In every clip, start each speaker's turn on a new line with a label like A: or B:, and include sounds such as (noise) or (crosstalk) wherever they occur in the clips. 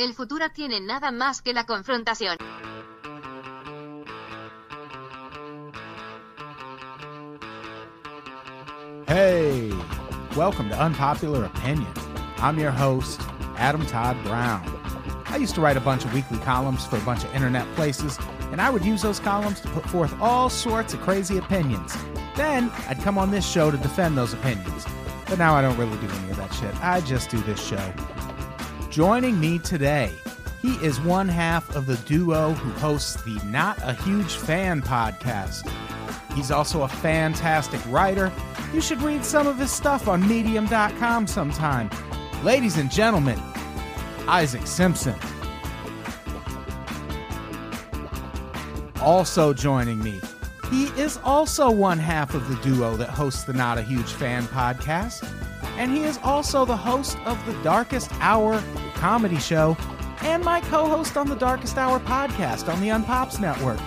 A: El futuro tiene nada más que la confrontación.
B: Hey, welcome to Unpopular Opinion. I'm your host, Adam Todd Brown. I used to write a bunch of weekly columns for a bunch of internet places, and I would use those columns to put forth all sorts of crazy opinions. Then I'd come on this show to defend those opinions. But now I don't really do any of that shit. I just do this show. Joining me today, he is one half of the duo who hosts the Not a Huge Fan podcast. He's also a fantastic writer. You should read some of his stuff on medium.com sometime. Ladies and gentlemen, Isaac Simpson. Also joining me, he is also one half of the duo that hosts the Not a Huge Fan podcast, and he is also the host of the Darkest Hour comedy show and my co host on the Darkest Hour podcast on the Unpops Network.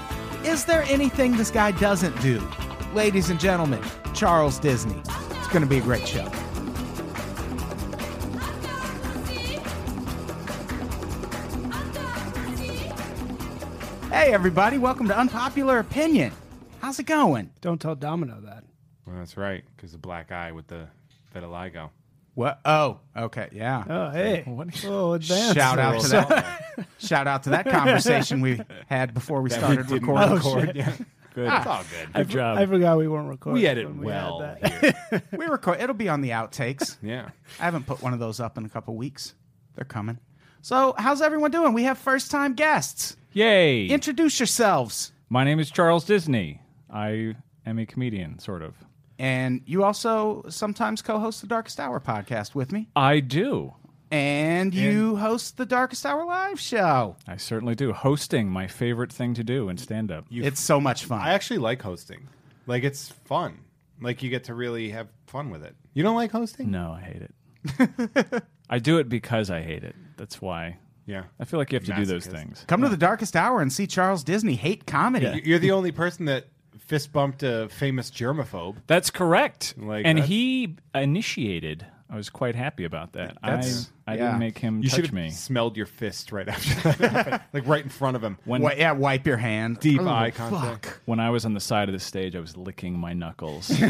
B: Is there anything this guy doesn't do? Ladies and gentlemen, Charles Disney. It's going to be a great show. Hey, everybody, welcome to Unpopular Opinion. How's it going?
C: Don't tell Domino that.
D: Well, that's right, because the black eye with the vitiligo.
B: What? Oh, okay, yeah.
C: Oh, hey. Oh, advance.
B: Shout out to that! shout out to that conversation we
D: (laughs)
B: had before we started
D: didn't Oh,
B: recording. Oh,
D: record. Yeah. Good. It's all
C: I,
D: good.
C: for- I forgot we weren't recording.
D: We edit
C: when
D: well
C: had that.
D: here.
B: We record. It'll be on the outtakes.
D: Yeah.
B: I haven't put one of those up in a couple weeks. They're coming. So, how's everyone doing? We have first-time guests.
E: Yay!
B: Introduce yourselves.
E: My name is Charles Disney. I am a comedian, sort of.
B: And you also sometimes co-host the Darkest Hour podcast with me,
E: I do.
B: and you host the Darkest Hour live show.
E: I certainly do. Hosting, my favorite thing to do in stand up.
B: It's so much fun.
D: I actually like hosting. Like it's fun. Like you get to really have fun with it. You don't like hosting?
E: No, I hate it. I do it because I hate it. That's why.
D: Yeah.
E: I feel like you have to do those
D: Masochist.
E: things.
B: Come to the Darkest Hour and see Charles Disney hate comedy.
D: You- You're the only person that fist bumped a famous germaphobe.
E: That's correct.
D: Like,
E: and
D: that's-
E: he initiated. I was quite happy about that.
B: That's-
E: I, I
B: yeah.
E: didn't make him
D: You should
E: touch
D: have
E: me.
D: smelled your fist right after that. happened. like right in front of him.
E: When,
B: Wi- yeah, wipe your hand.
D: Deep
B: Oh,
D: eye contact.
B: fuck.
E: when I was on the side of the stage, I was licking my knuckles in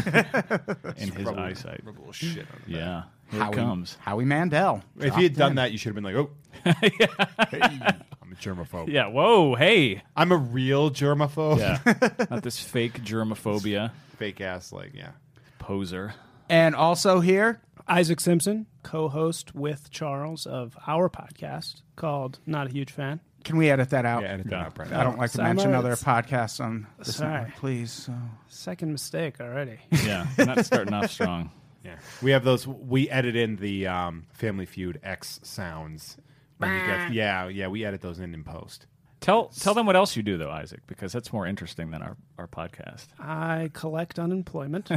E: his
D: Rub a-
E: eyesight.
D: rub a little shit on him.
E: Yeah. Here
B: Howie,
E: it comes.
B: Howie Mandel.
D: If he had done that, you should have been like,
E: (laughs)
D: oh, I'm a germaphobe.
E: Yeah. Whoa. Hey.
D: I'm a real germaphobe.
E: Yeah. (laughs) Not this fake germophobia
D: (laughs) Fake ass, like, yeah.
E: poser.
B: And also here,
C: Isaac Simpson, co host with Charles of our podcast called Not a Huge Fan.
B: can we edit that out?
D: Yeah, edit that out, Brett.
B: I don't like to
C: Summer,
B: mention other
C: it's-
B: podcasts on this
C: Sorry.
B: network, please. So.
C: Second mistake already.
E: Yeah. (laughs) We're not starting off strong.
D: Yeah, we have those. We edit in the um, Family Feud X sounds. when you get- yeah, yeah, we edit those in in post.
E: Tell tell them what else you do though, Isaac, because that's more interesting than our, our podcast.
C: I collect unemployment.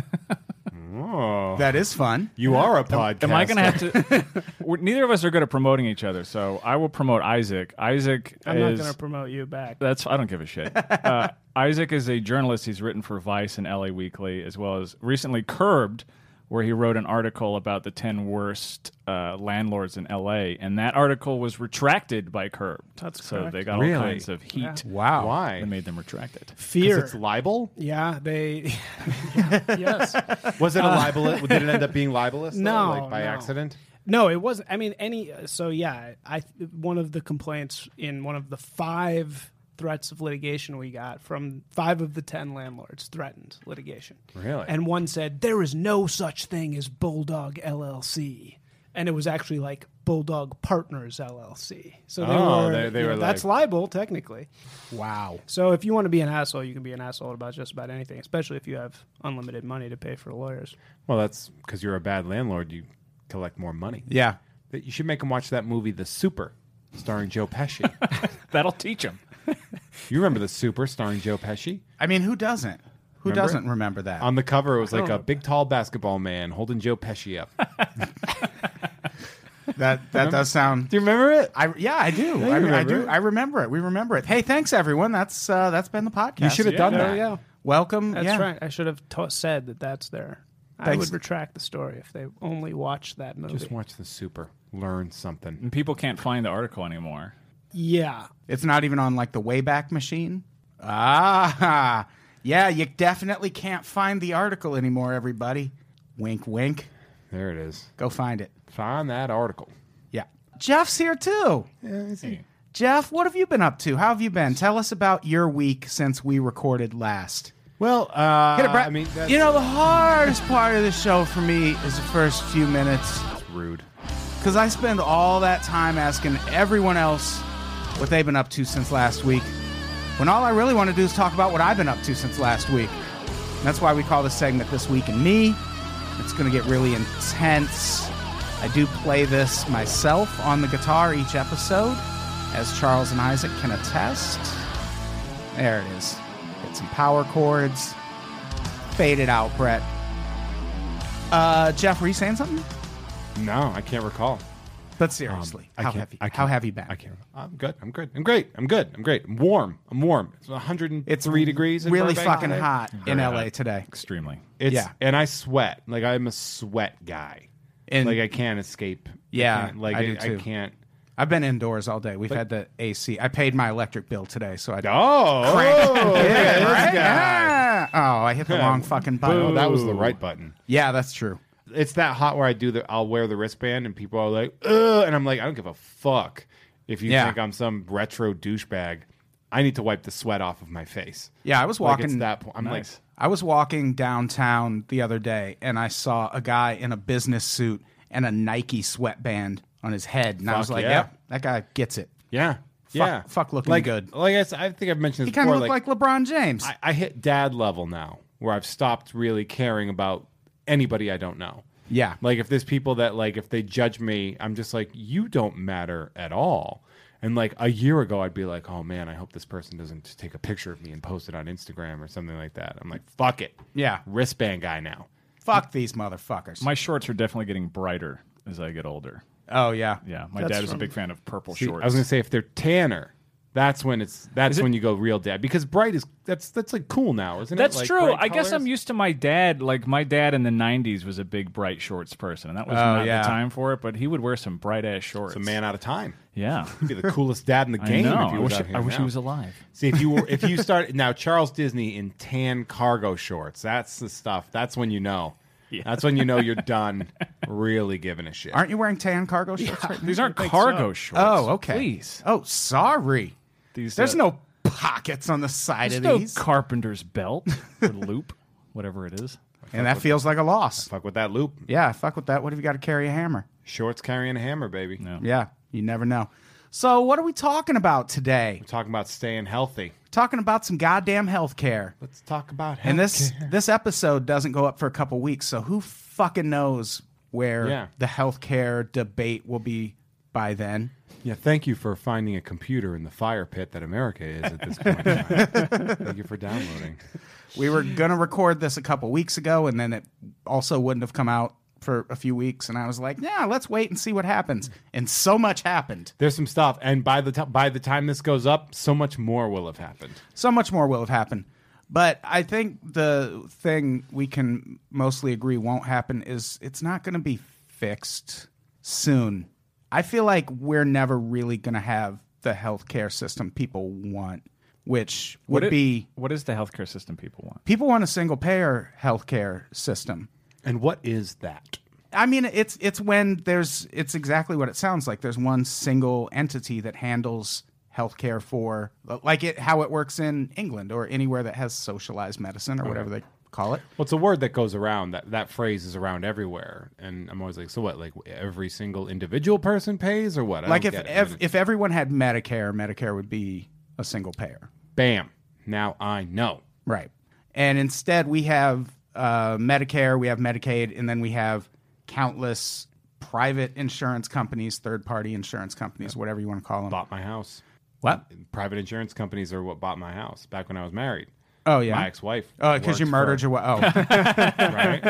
D: Oh,
B: That is fun.
D: you are a podcast.
E: Am I going to have to? (laughs) we're, neither of us are good at promoting each other, so I will promote Isaac. Isaac
C: I'm not
E: is
C: going to promote you back.
E: that's I don't give a shit.
D: (laughs)
E: Uh, Isaac is a journalist. He's written for Vice and LA Weekly, as well as recently Curbed, where he wrote an article about the ten worst uh, landlords in LA, and that article was retracted by Curbed.
C: That's
E: so
C: correct.
E: they got
D: Really?
E: all kinds of heat.
B: Wow.
D: Why?
E: They made them retract it.
C: Fear.
D: It's libel.
C: yeah, they. (laughs) yes.
D: (laughs) Was it a libel? Did it end up being libelous? though,
C: No,
D: like by
C: no.
D: accident.
C: No, it wasn't. I mean, any. uh, So yeah, I one of the complaints in one of the five threats of litigation we got from five of the ten landlords threatened litigation.
D: Really?
C: And one said there is no such thing as Bulldog LLC, and it was actually like Bulldog Partners LLC. So they
D: Oh,
C: were.
D: they- they
C: you know,
D: were
C: that's libel technically.
B: Wow.
C: So if you want to be an asshole, you can be an asshole about just about anything, especially if you have unlimited money to pay for lawyers.
D: Well, that's because you're a bad landlord. You collect more money.
B: Yeah.
D: That you should make them watch that movie, The Super. starring Joe Pesci.
E: That'll teach him.
D: you remember the Super starring Joe Pesci?
B: I mean, who doesn't? Who
D: Remember
B: doesn't
D: it? Um,
B: remember that?
D: On the cover, it was
B: Oh.
D: like a big, tall basketball man holding Joe
B: (laughs)
D: Pesci up.
B: that that does sound.
D: Do you remember it?
B: I yeah, I do.
D: you
B: I, mean, I
D: remember
B: do.
D: it.
B: I remember it. We remember it. Hey, thanks everyone. That's uh, that's been the podcast.
D: You should have done
C: there
D: that.
C: we go.
B: Welcome.
C: That's
B: yeah.
C: right. I should have t- said that that's there. I
B: Thanks.
C: would retract the story if they only watched that movie.
D: Just watch the Super. Learn something.
E: And people can't find the article anymore.
C: yeah.
B: It's not even on like the Wayback Machine. Ah, yeah. You definitely can't find the article anymore. Everybody, wink, wink.
D: There it is.
B: Go find it.
D: Find that article.
B: Yeah. Jeff's here too. Jeff, what have you been up to? How have you been? Tell us about your week since we recorded last.
D: Well, uh,
B: Hit it, Brett.
D: I mean, that's
B: you know, the hardest part of the show for me is the first few minutes
D: rude.
B: because I spend all that time asking everyone else what they've been up to since last week when all I really want to do is talk about what I've been up to since last week. And that's why we call this segment This Week in Me. It's going to get really intense. I do play this myself on the guitar each episode, as Charles and Isaac can attest. There it is. Get some power chords. Fade it out, Brett. Uh, Jeff, were you saying something?
D: No, I can't recall.
B: But
D: Um,
B: seriously,
D: I
B: how
D: can't-
B: have you?
D: I
B: How
D: can't-
B: have you been?
D: I can't. I'm good. I'm good. I'm great. I'm good. I'm great. I'm warm. I'm warm. It's 103
B: It's
D: degrees. in
B: really
D: Burbank
B: fucking
D: today.
B: hot in
E: Very
B: LA
E: hot.
B: today.
E: Extremely.
D: It's,
B: Yeah.
D: and I sweat. Like I'm a sweat guy.
B: And-
D: like I can't escape. I
B: Yeah,
D: can't- like
B: I do
D: I,
B: too.
D: can't.
B: I've been indoors all day. We've had the AC. I paid my electric bill today, so I
D: Oh,
B: Yeah, (laughs)
D: (laughs) yeah,
B: right? Ah.
D: this guy.
B: Yeah. Oh, I hit the
D: (laughs)
B: wrong fucking
D: Oh,
B: button.
D: that was the right button.
B: Yeah, that's true.
D: It's that hot where I do the. I'll wear the wristband, and people are like, "Ugh," and I'm like, I don't give a fuck if you
B: Yeah.
D: think I'm some retro douchebag. I need to wipe the sweat off of my face.
B: Yeah, I was
D: Like, it's
B: walking.
D: that point. I'm like,
E: Nice.
B: I was walking downtown the other day, and I saw a guy in a business suit and a Nike sweatband on his head, and I
D: Fuck
B: was like,
D: yeah.
B: "Yep, that guy gets it."
D: Yeah. yeah.
B: fuck looking
D: like,
B: good.
D: Like I, s- I think I've mentioned
B: He
D: this
B: kind of
D: before.
B: looked like, LeBron James.
D: I, I hit dad level now where I've stopped really caring about anybody I don't know.
B: Yeah.
D: Like if there's people that like if they judge me, I'm just like, you don't matter at all. And like a year ago I'd be like, oh man, I hope this person doesn't take a picture of me and post it on Instagram or something like that. I'm like, fuck it.
B: Yeah.
D: Wristband guy now.
B: Fuck these motherfuckers.
E: My shorts are definitely getting brighter as I get older.
B: oh yeah,
E: Yeah, my
C: That's
E: dad is a
C: from-
E: big fan of purple
D: See,
E: shorts.
D: I was gonna say if they're tanner, that's when it's that's
E: Is it-
D: when you go real dad. Because bright is that's that's like cool now, isn't
E: That's
D: it? Like,
E: true.
D: bright
E: I guess
D: colors.
E: I'm used to my dad. Like my dad in the '90s was a big bright shorts person, and that was
B: Oh,
E: not
B: yeah.
E: the time for it. But he would wear some bright ass shorts.
D: It's a man out of time.
E: Yeah.
D: He'd be the coolest dad in the game.
E: I know.
D: If he
E: I
D: was
E: wish,
D: out here
E: I wish he
D: now.
E: was alive.
D: See if you were, if you start (laughs) now Charles Disney in tan cargo shorts. That's the stuff. That's when you know. That's when you know you're done really giving a shit.
B: aren't you wearing tan cargo shorts? Right now?
E: These aren't cargo shorts.
B: Oh, okay.
E: Please.
B: Oh, sorry.
E: These,
B: There's
E: uh,
B: no pockets on the side
E: There's
B: of
E: no
B: these,
E: carpenter's belt or loop, whatever it is.
B: and that feels like a loss.
D: Fuck with that loop.
B: Yeah, fuck with that. What if you got to carry a hammer?
D: Shorts carrying a hammer, baby.
E: No.
B: Yeah, you never know. So, what are we talking about today?
D: We're talking about staying healthy.
B: We're talking about some goddamn health care.
D: Let's talk about health.
B: And this this episode doesn't go up for a couple weeks, so who fucking knows where
D: Yeah.
B: the health care debate will be by then?
D: Yeah, thank you for finding a computer in the fire pit that America is at this point. in time. thank you for downloading.
B: We were going to record this a couple weeks ago, and then it also wouldn't have come out for a few weeks. And I was like, yeah, let's wait and see what happens. And so much happened.
D: There's some stuff, and by the time by the time this goes up, so much more will have happened.
B: So much more will have happened. But I think the thing we can mostly agree won't happen is it's not going to be fixed soon. I feel like we're never really going to have the healthcare system people want, which would
E: What it-
B: be
E: What is the healthcare system people want?
B: people want a single payer healthcare system.
D: And what is that?
B: I mean, it's it's when there's it's exactly what it sounds like. There's one single entity that handles healthcare for like it how it works in England or anywhere that has socialized medicine or whatever they call it.
D: Well, it's a word that goes around. That that phrase is around everywhere, and I'm always like, so what? Like every single individual person pays, or what? I
B: Like
D: don't
B: if
D: get it.
B: if, if everyone had Medicare, Medicare would be a single payer,
D: bam, now I know.
B: right? And instead, we have uh, Medicare, we have Medicaid, and then we have countless private insurance companies, third party insurance companies, whatever you want to call them.
D: Bought my house.
B: What?
D: Private insurance companies are what bought my house back when I was married.
B: Oh yeah.
D: My ex-wife.
B: Oh, because you
D: worked
B: murdered
D: for-
B: your wife. Oh, (laughs)
D: right?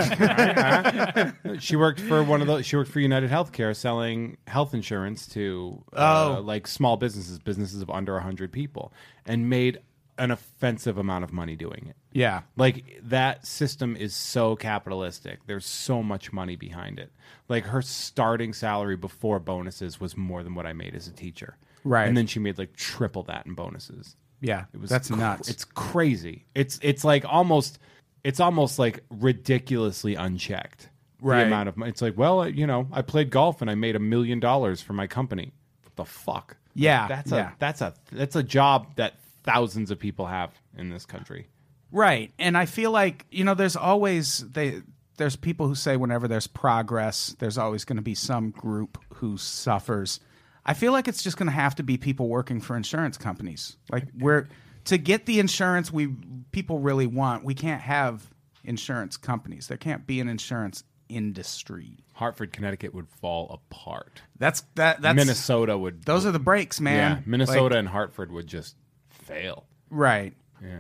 D: Right, huh? She worked for one of those. She worked for United Healthcare, selling health insurance to
B: Oh.
D: uh, like small businesses, businesses of under hundred people, and made an offensive amount of money doing it.
B: yeah.
D: Like that system is so capitalistic. There's so much money behind it. Like her starting salary before bonuses was more than what I made as a teacher.
B: Right.
D: And then she made like triple that in bonuses.
B: Yeah.
D: It was
B: That's
D: cr-
B: nuts.
D: It's crazy. It's it's like almost it's almost like ridiculously unchecked.
B: Right.
D: The amount of money. It's like, well, you know, I played golf and I made a million dollars for my company. What the fuck?
B: Yeah,
D: That's
B: yeah.
D: a that's a that's a job that thousands of people have in this country.
B: Right. And I feel like, you know, there's always they there's people who say whenever there's progress, there's always going to be some group who suffers. I feel like it's just going to have to be people working for insurance companies. Like we're to get the insurance we people really want, we can't have insurance companies. There can't be an insurance industry.
D: Hartford, Connecticut would fall apart.
B: That's that that's
D: Minnesota would
B: Those are the breaks, man.
D: Yeah, Minnesota
B: Like-
D: and Hartford would just fail.
B: Right.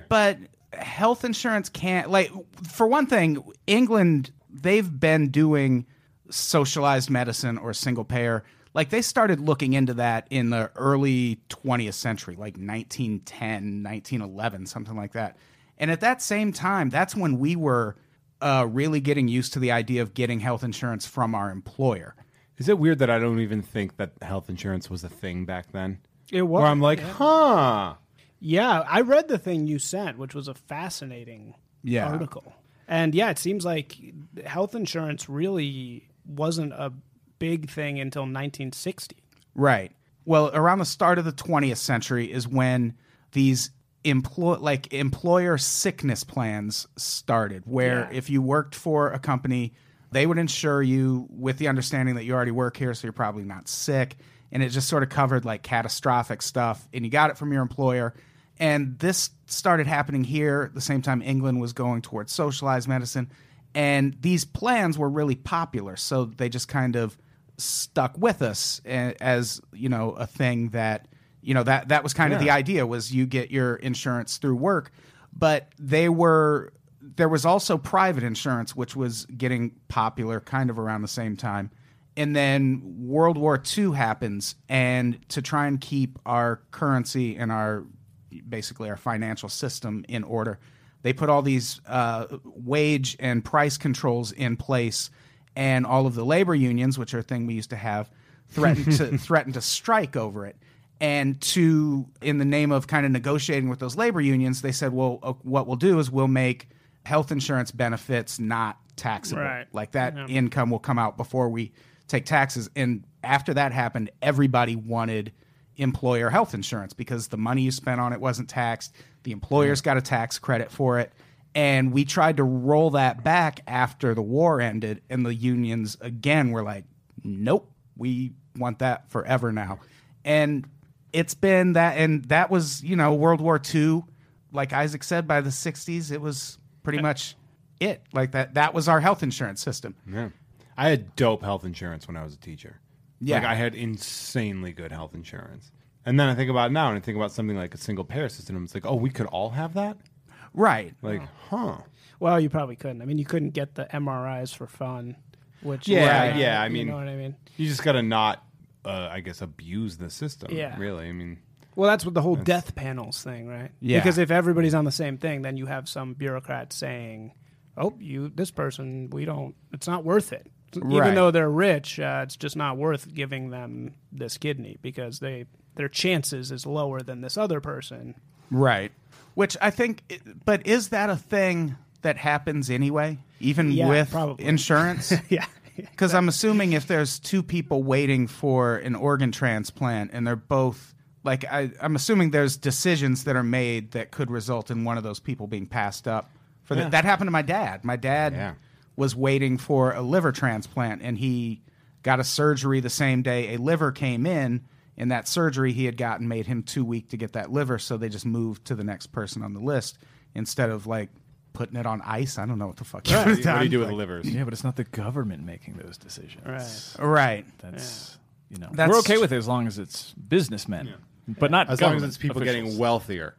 B: But health insurance can't like for one thing, England they've been doing socialized medicine or single payer. Like they started looking into that in the early 20th century, like 1910, 1911, something like that. And at that same time, that's when we were uh, really getting used to the idea of getting health insurance from our employer.
D: Is it weird that I don't even think that health insurance was a thing back then?
C: It was.
D: Where I'm like, huh.
C: Yeah, I read the thing you sent, which was a fascinating
B: Yeah.
C: article. And yeah, it seems like health insurance really wasn't a big thing until 1960.
B: Right. Well, around the start of the 20th century is when these employ like employer sickness plans started where if you worked for a company, they would insure you with the understanding that you already work here so you're probably not sick and it just sort of covered like catastrophic stuff and you got it from your employer. And this started happening here the same time England was going towards socialized medicine and these plans were really popular so they just kind of stuck with us a- as you know a thing that you know that that was kind of the idea was you get your insurance through work but they were there was also private insurance which was getting popular kind of around the same time and then world war ii happens and to try and keep our currency and our basically our financial system in order. They put all these uh, wage and price controls in place, and all of the labor unions, which are a thing we used to have, threatened to threatened to strike over it. And to in the name of kind of negotiating with those labor unions, they said, "Well, uh, what we'll do is we'll make health insurance benefits not taxable.
C: Right.
B: Like that income will come out before we take taxes." And after that happened, everybody wanted employer health insurance because the money you spent on it wasn't taxed. The employers got a tax credit for it. And we tried to roll that back after the war ended. And the unions again were like, nope, we want that forever now. And it's been that, and that was, you know, World War II. Like Isaac said, by the 60s, it was pretty much it. Like that, that was our health insurance system.
D: Yeah. I had dope health insurance when I was a teacher.
B: Yeah.
D: Like I had insanely good health insurance. And then I think about it now and I think about something like a single payer system. It's like, oh, we could all have that?
B: Right.
D: Like, huh.
C: Well, you probably couldn't. I mean, you couldn't get the MRIs for fun, which
D: Yeah,
C: uh,
D: yeah, I
C: you
D: mean-
C: know what I mean.
D: You just got to not, uh, I guess, abuse the system.
C: Yeah.
D: Really. I mean,
C: Well, that's what the whole death panels thing, right?
B: Yeah.
C: Because if everybody's on the same thing, then you have some bureaucrat saying, "Oh, you this person, we don't. It's not worth it."
B: Right.
C: Even though they're rich, uh, it's just not worth giving them this kidney because they their chances is lower than this other
B: (laughs)
C: person.
B: Right. Which I think, but is that a thing that happens anyway, even
C: Yeah,
B: with
C: probably.
B: insurance?
C: Yeah.
B: Because I'm assuming if there's two people waiting for an organ transplant and they're both like, I, I'm assuming there's decisions that are made that could result in one of those people being passed up. For that, that happened to my dad. My dad
D: Yeah.
B: was waiting for a liver transplant and he got a surgery the same day a liver came in and that surgery he had gotten made him too weak to get that liver so they just moved to the next person on the list instead of like putting it on ice. I don't know what the fuck
D: What
B: you
D: do
B: would
D: you-
B: have
D: what do
B: done.
D: you do with
B: Like-
D: livers?
E: Yeah, but it's not the government making those decisions.
C: Right.
B: Right.
E: That's you know
B: That's
E: we're okay with it as long as it's businessmen, but not
D: As long as
E: government
D: it's people
E: officials.
D: getting wealthier.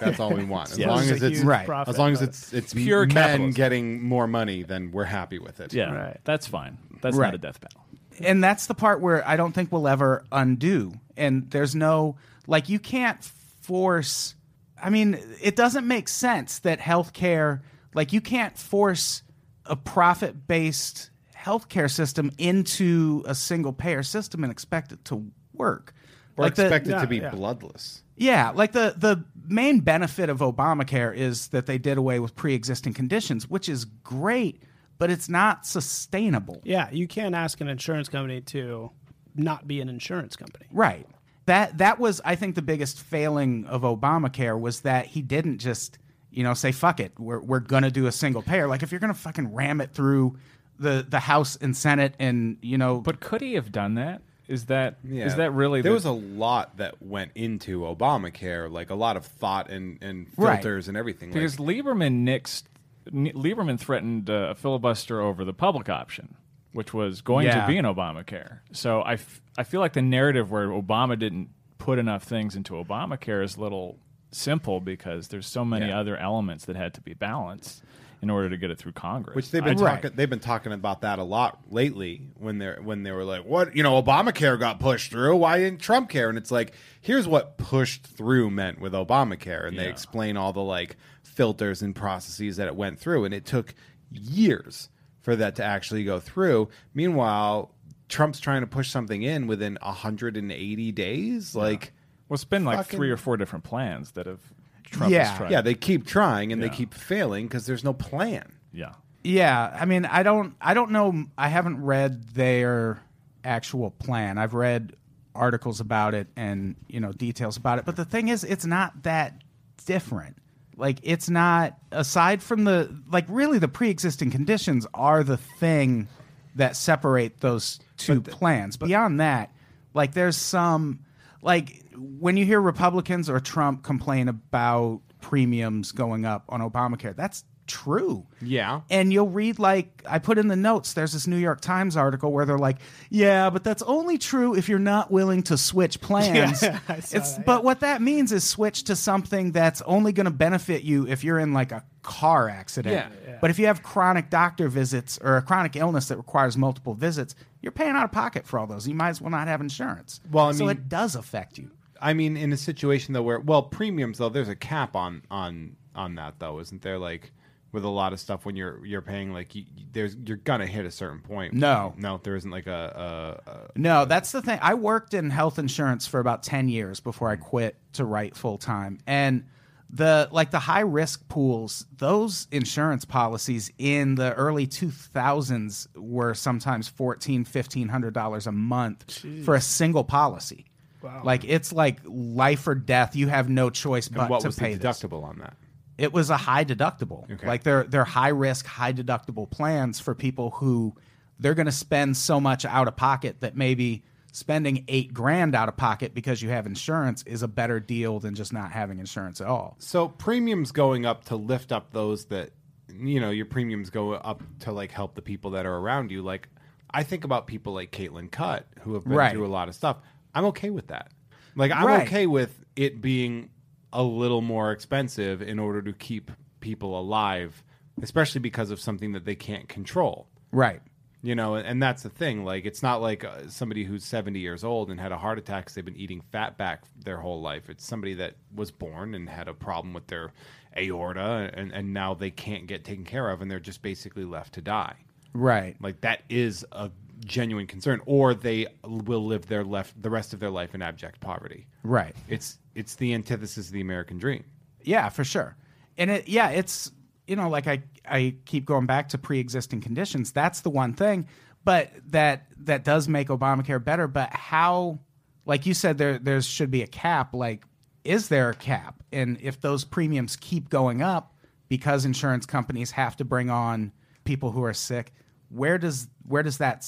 D: (laughs) That's all we want. As
E: Yeah.
D: long
C: This is
D: as
C: a
D: it's
C: huge
B: Right.
C: profit,
D: as long as
C: but-
D: it's it's
E: Pure
D: pure men
E: capitalism.
D: getting more money, then we're happy with it.
E: Yeah,
C: Right.
E: that's fine. That's
B: Right.
E: not a death battle.
B: and that's the part where I don't think we'll ever undo. And there's no like you can't force. I mean, it doesn't make sense that healthcare like you can't force a profit based healthcare system into a single payer system and expect it to work.
D: Or
B: like the-
D: expect it
C: yeah,
D: to be
C: yeah.
D: bloodless.
B: yeah, like the the main benefit of Obamacare is that they did away with pre-existing conditions, which is great, but it's not sustainable.
C: (laughs) Yeah, you can't ask an insurance company to not be an insurance company.
B: Right. That that was I think the biggest failing of Obamacare was that he didn't just, you know, say fuck it, we're we're going to do a single payer. Like if you're going to fucking ram it through the the House and Senate and, you know,
E: But could he have done that? Is that is
D: Yeah.
E: that really
D: There
E: the-
D: was a lot that went into Obamacare, like a lot of thought and and
B: Right.
D: filters and everything. Like,
E: because Lieberman nixed N- Lieberman threatened uh, a filibuster over the public option, which was going
B: Yeah.
E: to be in Obamacare. So I, f- I feel like the narrative where Obama didn't put enough things into Obamacare is a little simple because there's so many
D: Yeah.
E: other elements that had to be balanced in order to get it through Congress.
D: Which they've
E: I
D: been
E: just-
D: talking. They've been talking about that a lot lately. When they're when they were like, "What you know, Obamacare got pushed through. Why didn't Trump care?" And it's like, here's what pushed through meant with Obamacare, and they
E: Yeah.
D: explain all the like filters and processes that it went through, and it took years for that to actually go through. Meanwhile, Trump's trying to push something in within 180 days. Like,
E: well, it's been like
D: Fucking-
E: three or four different plans that have Trump
B: Yeah.
E: has tried.
D: yeah, they keep trying and
E: Yeah.
D: they keep failing because there's no plan.
E: yeah.
B: yeah, I mean, I don't I don't know I haven't read their actual plan. I've read articles about it and, you know, details about it, but the thing is it's not that different. Like it's not aside from the like really the pre-existing conditions are the thing that separate those two plans. Beyond that, like there's some like when you hear Republicans or Trump complain about premiums going up on Obamacare, that's true.
D: Yeah.
B: And you'll read like I put in the notes. There's this New York Times article where they're like, "Yeah, but that's only true if you're not willing to switch plans."
C: (laughs) Yeah, I saw
B: it's
C: that,
B: but what that means is switch to something that's only going to benefit you if you're in like a car accident.
D: Yeah.
B: But if you have chronic doctor visits or a chronic illness that requires multiple visits, you're paying out of pocket for all those. You might as well not have insurance.
D: Well, I
B: so
D: mean-
B: it does affect you.
D: I mean, in a situation though where well premiums though there's a cap on on on that though, isn't there? Like with a lot of stuff when you're you're paying like you, you- there's you're gonna hit a certain point.
B: No.
D: no, there isn't like a, a, a
B: No, that's the thing. I worked in health insurance for about 10 years before I quit to write full time. And the like the high risk pools, those insurance policies in the early 2000s were sometimes 14, 1500 dollars a month for a single policy. Wow. Like it's like life or death. You have no choice but
D: what
B: to
D: was the
B: pay this
D: deductible on that?
B: it was a high deductible.
D: Okay.
B: Like they're they're high risk, high deductible plans for people who they're going to spend so much out of pocket that maybe spending eight grand out of pocket because you have insurance is a better deal than just not having insurance at all.
D: So premiums going up to lift up those that you know your premiums go up to like help the people that are around you. Like I think about people like Caitlin Cutt who have been
B: Right.
D: through a lot of stuff. I'm okay with that. Like I'm
B: Right.
D: okay with it being a little more expensive in order to keep people alive, especially because of something that they can't control.
B: Right.
D: You know, and that's the thing. Like, it's not like uh, somebody who's 70 years old and had a heart attack 'cause they've been eating fat back their whole life. It's somebody that was born and had a problem with their aorta and, and now they can't get taken care of and they're just basically left to die.
B: Right.
D: Like, that is a genuine concern. Or they will live their left the rest of their life in abject poverty.
B: Right.
D: It's it's the antithesis of the American dream.
B: Yeah, for sure. And it yeah, it's you know, like I I keep going back to pre-existing conditions. That's the one thing, but that that does make Obamacare better, but how like you said there there should be a cap, like is there a cap? And if those premiums keep going up because insurance companies have to bring on people who are sick, where does where does that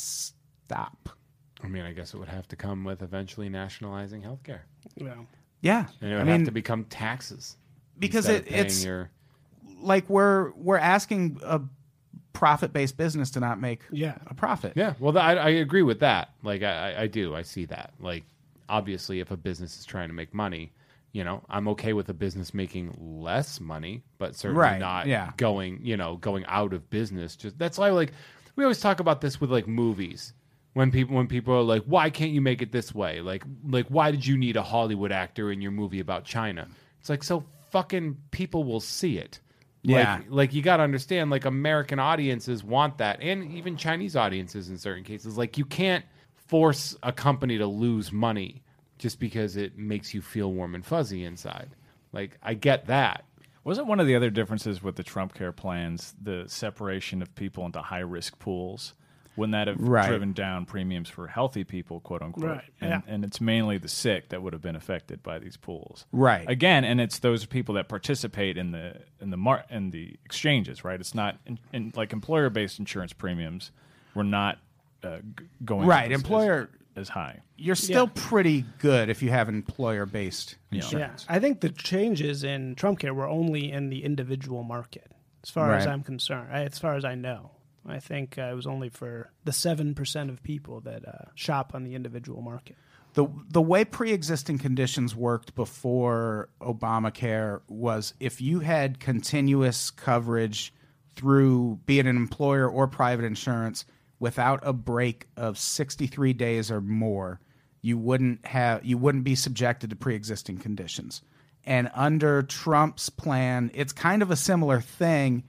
B: stop?
D: I mean, I guess it would have to come with eventually nationalizing healthcare.
C: You know.
B: Yeah.
D: And it would
B: I
D: have
B: mean
D: to become taxes.
B: because
D: instead of
B: it,
D: paying
B: it's
D: your
B: like we're we're asking a profit based business to not make
C: Yeah.
B: a profit.
F: Yeah, well, th- I, I agree with that. Like, I, I- I do. I see that. Like, obviously, if a business is trying to make money, you know, I'm okay with a business making less money, but certainly
B: Right,
F: not
B: yeah.
F: going, you know, going out of business. Just that's why, like, we always talk about this with like movies. When people when people are like, why can't you make it this way? Like, like why did you need a Hollywood actor in your movie about China? It's like so fucking people will see it.
B: Yeah.
F: Like, like you got to understand like american audiences want that and even chinese audiences in certain cases like you can't force a company to lose money just because it makes you feel warm and fuzzy inside like i get that
E: Wasn't one of the other differences with the Trump care plans the separation of people into high risk pools? Wouldn't that have
B: Right.
E: driven down premiums for healthy people, quote unquote?
C: Right,
E: And,
C: yeah.
E: and it's mainly the sick that would have been affected by these pools,
B: Right.
E: Again, and it's those people that participate in the in the mar- in the exchanges, right? It's not in, in, like employer based insurance premiums were not uh, g- going up
B: Right,
E: as-
B: employer-
E: as, as high.
B: You're still pretty good if you have employer based
C: Yeah,
B: insurance.
C: I think the changes in Trump care were only in the individual market, as far as
B: Right.
C: I'm concerned. I, as far as I know, I think uh, it was only for the seven percent of people that uh, shop on the individual market.
B: the the way pre-existing conditions worked before Obamacare was if you had continuous coverage through be it an employer or private insurance without a break of 63 days or more you wouldn't have you wouldn't be subjected to pre-existing conditions and under Trump's plan it's kind of a similar thing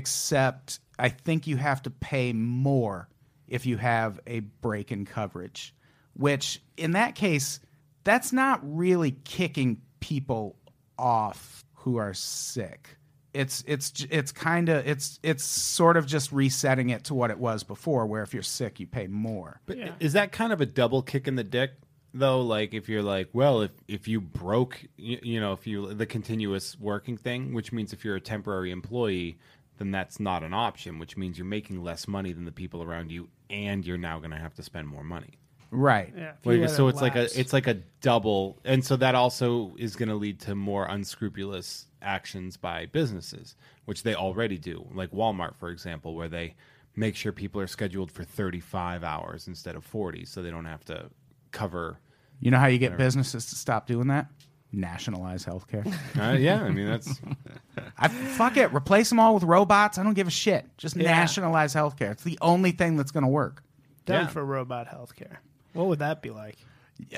B: except I think you have to pay more if you have a break in coverage which in that case, that's not really kicking people off who are sick. It's it's j- it's kind of it's it's sort of just resetting it to what it was before, where if you're sick, you pay more.
D: But is that kind of a double kick in the dick though? Like if you're like, well, if if you broke, you, you know, if you the continuous working thing, which means if you're a temporary employee, then that's not an option, which means you're making less money than the people around you, and you're now going to have to spend more money.
B: Right.
C: Yeah, if you
D: Like,
C: let
D: so
C: it
D: it's like
C: lapse.
D: a it's like a double, and so that also is going to lead to more unscrupulous actions by businesses, which they already do, like Walmart, for example, where they make sure people are scheduled for 35 hours instead of 40, so they don't have to cover.
B: You know how you get businesses to stop doing that? Nationalize healthcare. (laughs)
D: Uh, yeah, I mean that's (laughs)
B: I, fuck it. Replace them all with robots. I don't give a shit. Just nationalize healthcare. It's the only thing that's going to work.
C: down
D: yeah.
C: for robot healthcare. What would that be like?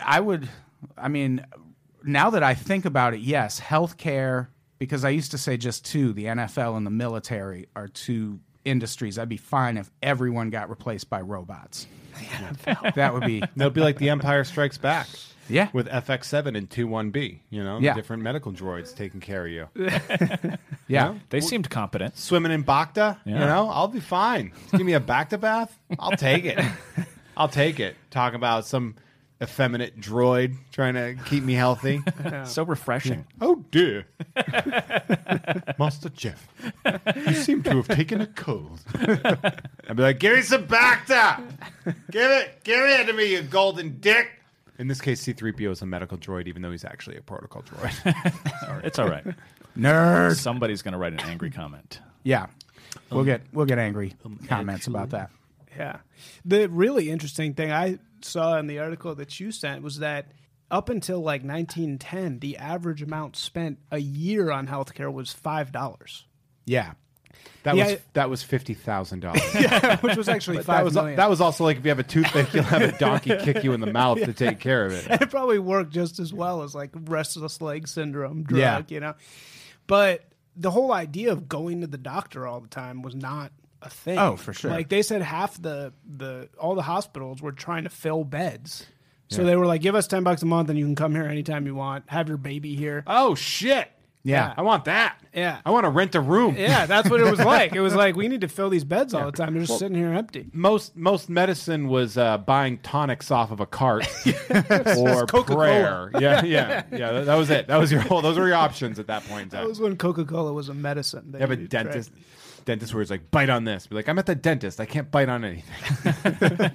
B: I would. I mean, now that I think about it, yes, healthcare. Because I used to say just two: the NFL and the military are two industries. I'd be fine if everyone got replaced by robots. that would be
D: that'll be like the Empire Strikes Back.
B: Yeah.
D: with FX7 and 21B, you know,
B: Yeah.
D: different medical droids taking care of you.
B: yeah.
E: They seemed competent.
D: swimming in Bacta, you
E: Yeah.
D: know, I'll be fine. Just give me a Bacta bath. I'll take it. I'll take it. Talk about some effeminate droid trying to keep me healthy.
E: So refreshing.
D: oh dear. (laughs) Master Jeff, you seem to have taken a cold. (laughs) I'd be like, give me some Bacta. Give it. Give it to me, you golden dick. In this case, C3PO is a medical droid, even though he's actually a protocol droid.
E: It's all right.
B: Nerd.
E: Somebody's going to write an angry comment.
B: Yeah, we'll get we'll get angry comments about that.
C: Yeah. The really interesting thing I saw in the article that you sent was that up until like 1910, the average amount spent a year on healthcare was five dollars,
B: Yeah,
D: That
C: Yeah,
D: was
C: I-
D: that was fifty thousand dollars.
C: which
D: (laughs)
C: was actually
D: that
C: five
D: was
C: million.
D: that was also like if you have a toothache, you'll
C: (laughs)
D: have a donkey kick you in the mouth to take care of it.
C: it probably worked just as well as like restless leg syndrome drug,
B: Yeah.
C: you know. But the whole idea of going to the doctor all the time was not a thing.
B: Oh, for sure.
C: Like they said half the the all the hospitals were trying to fill beds. So they were like, give us ten bucks a month and you can come here anytime you want, have your baby here.
D: Oh shit!
B: Yeah.
D: I want that.
C: Yeah.
D: I want to rent a room.
C: Yeah, that's what
B: (laughs)
C: it was like. It was like we need to fill these beds all the time. They're just sitting here empty.
D: Most most medicine was uh, buying tonics off of a cart
C: (laughs)
D: (laughs) or prayer. Yeah, yeah, yeah. That, that was it. That was your whole. Those were your options at that point. In time.
C: That was when Coca Cola was a medicine.
D: you have a dentist. Dentist where it's like bite on this. Be like, I'm at the dentist. I can't bite on anything.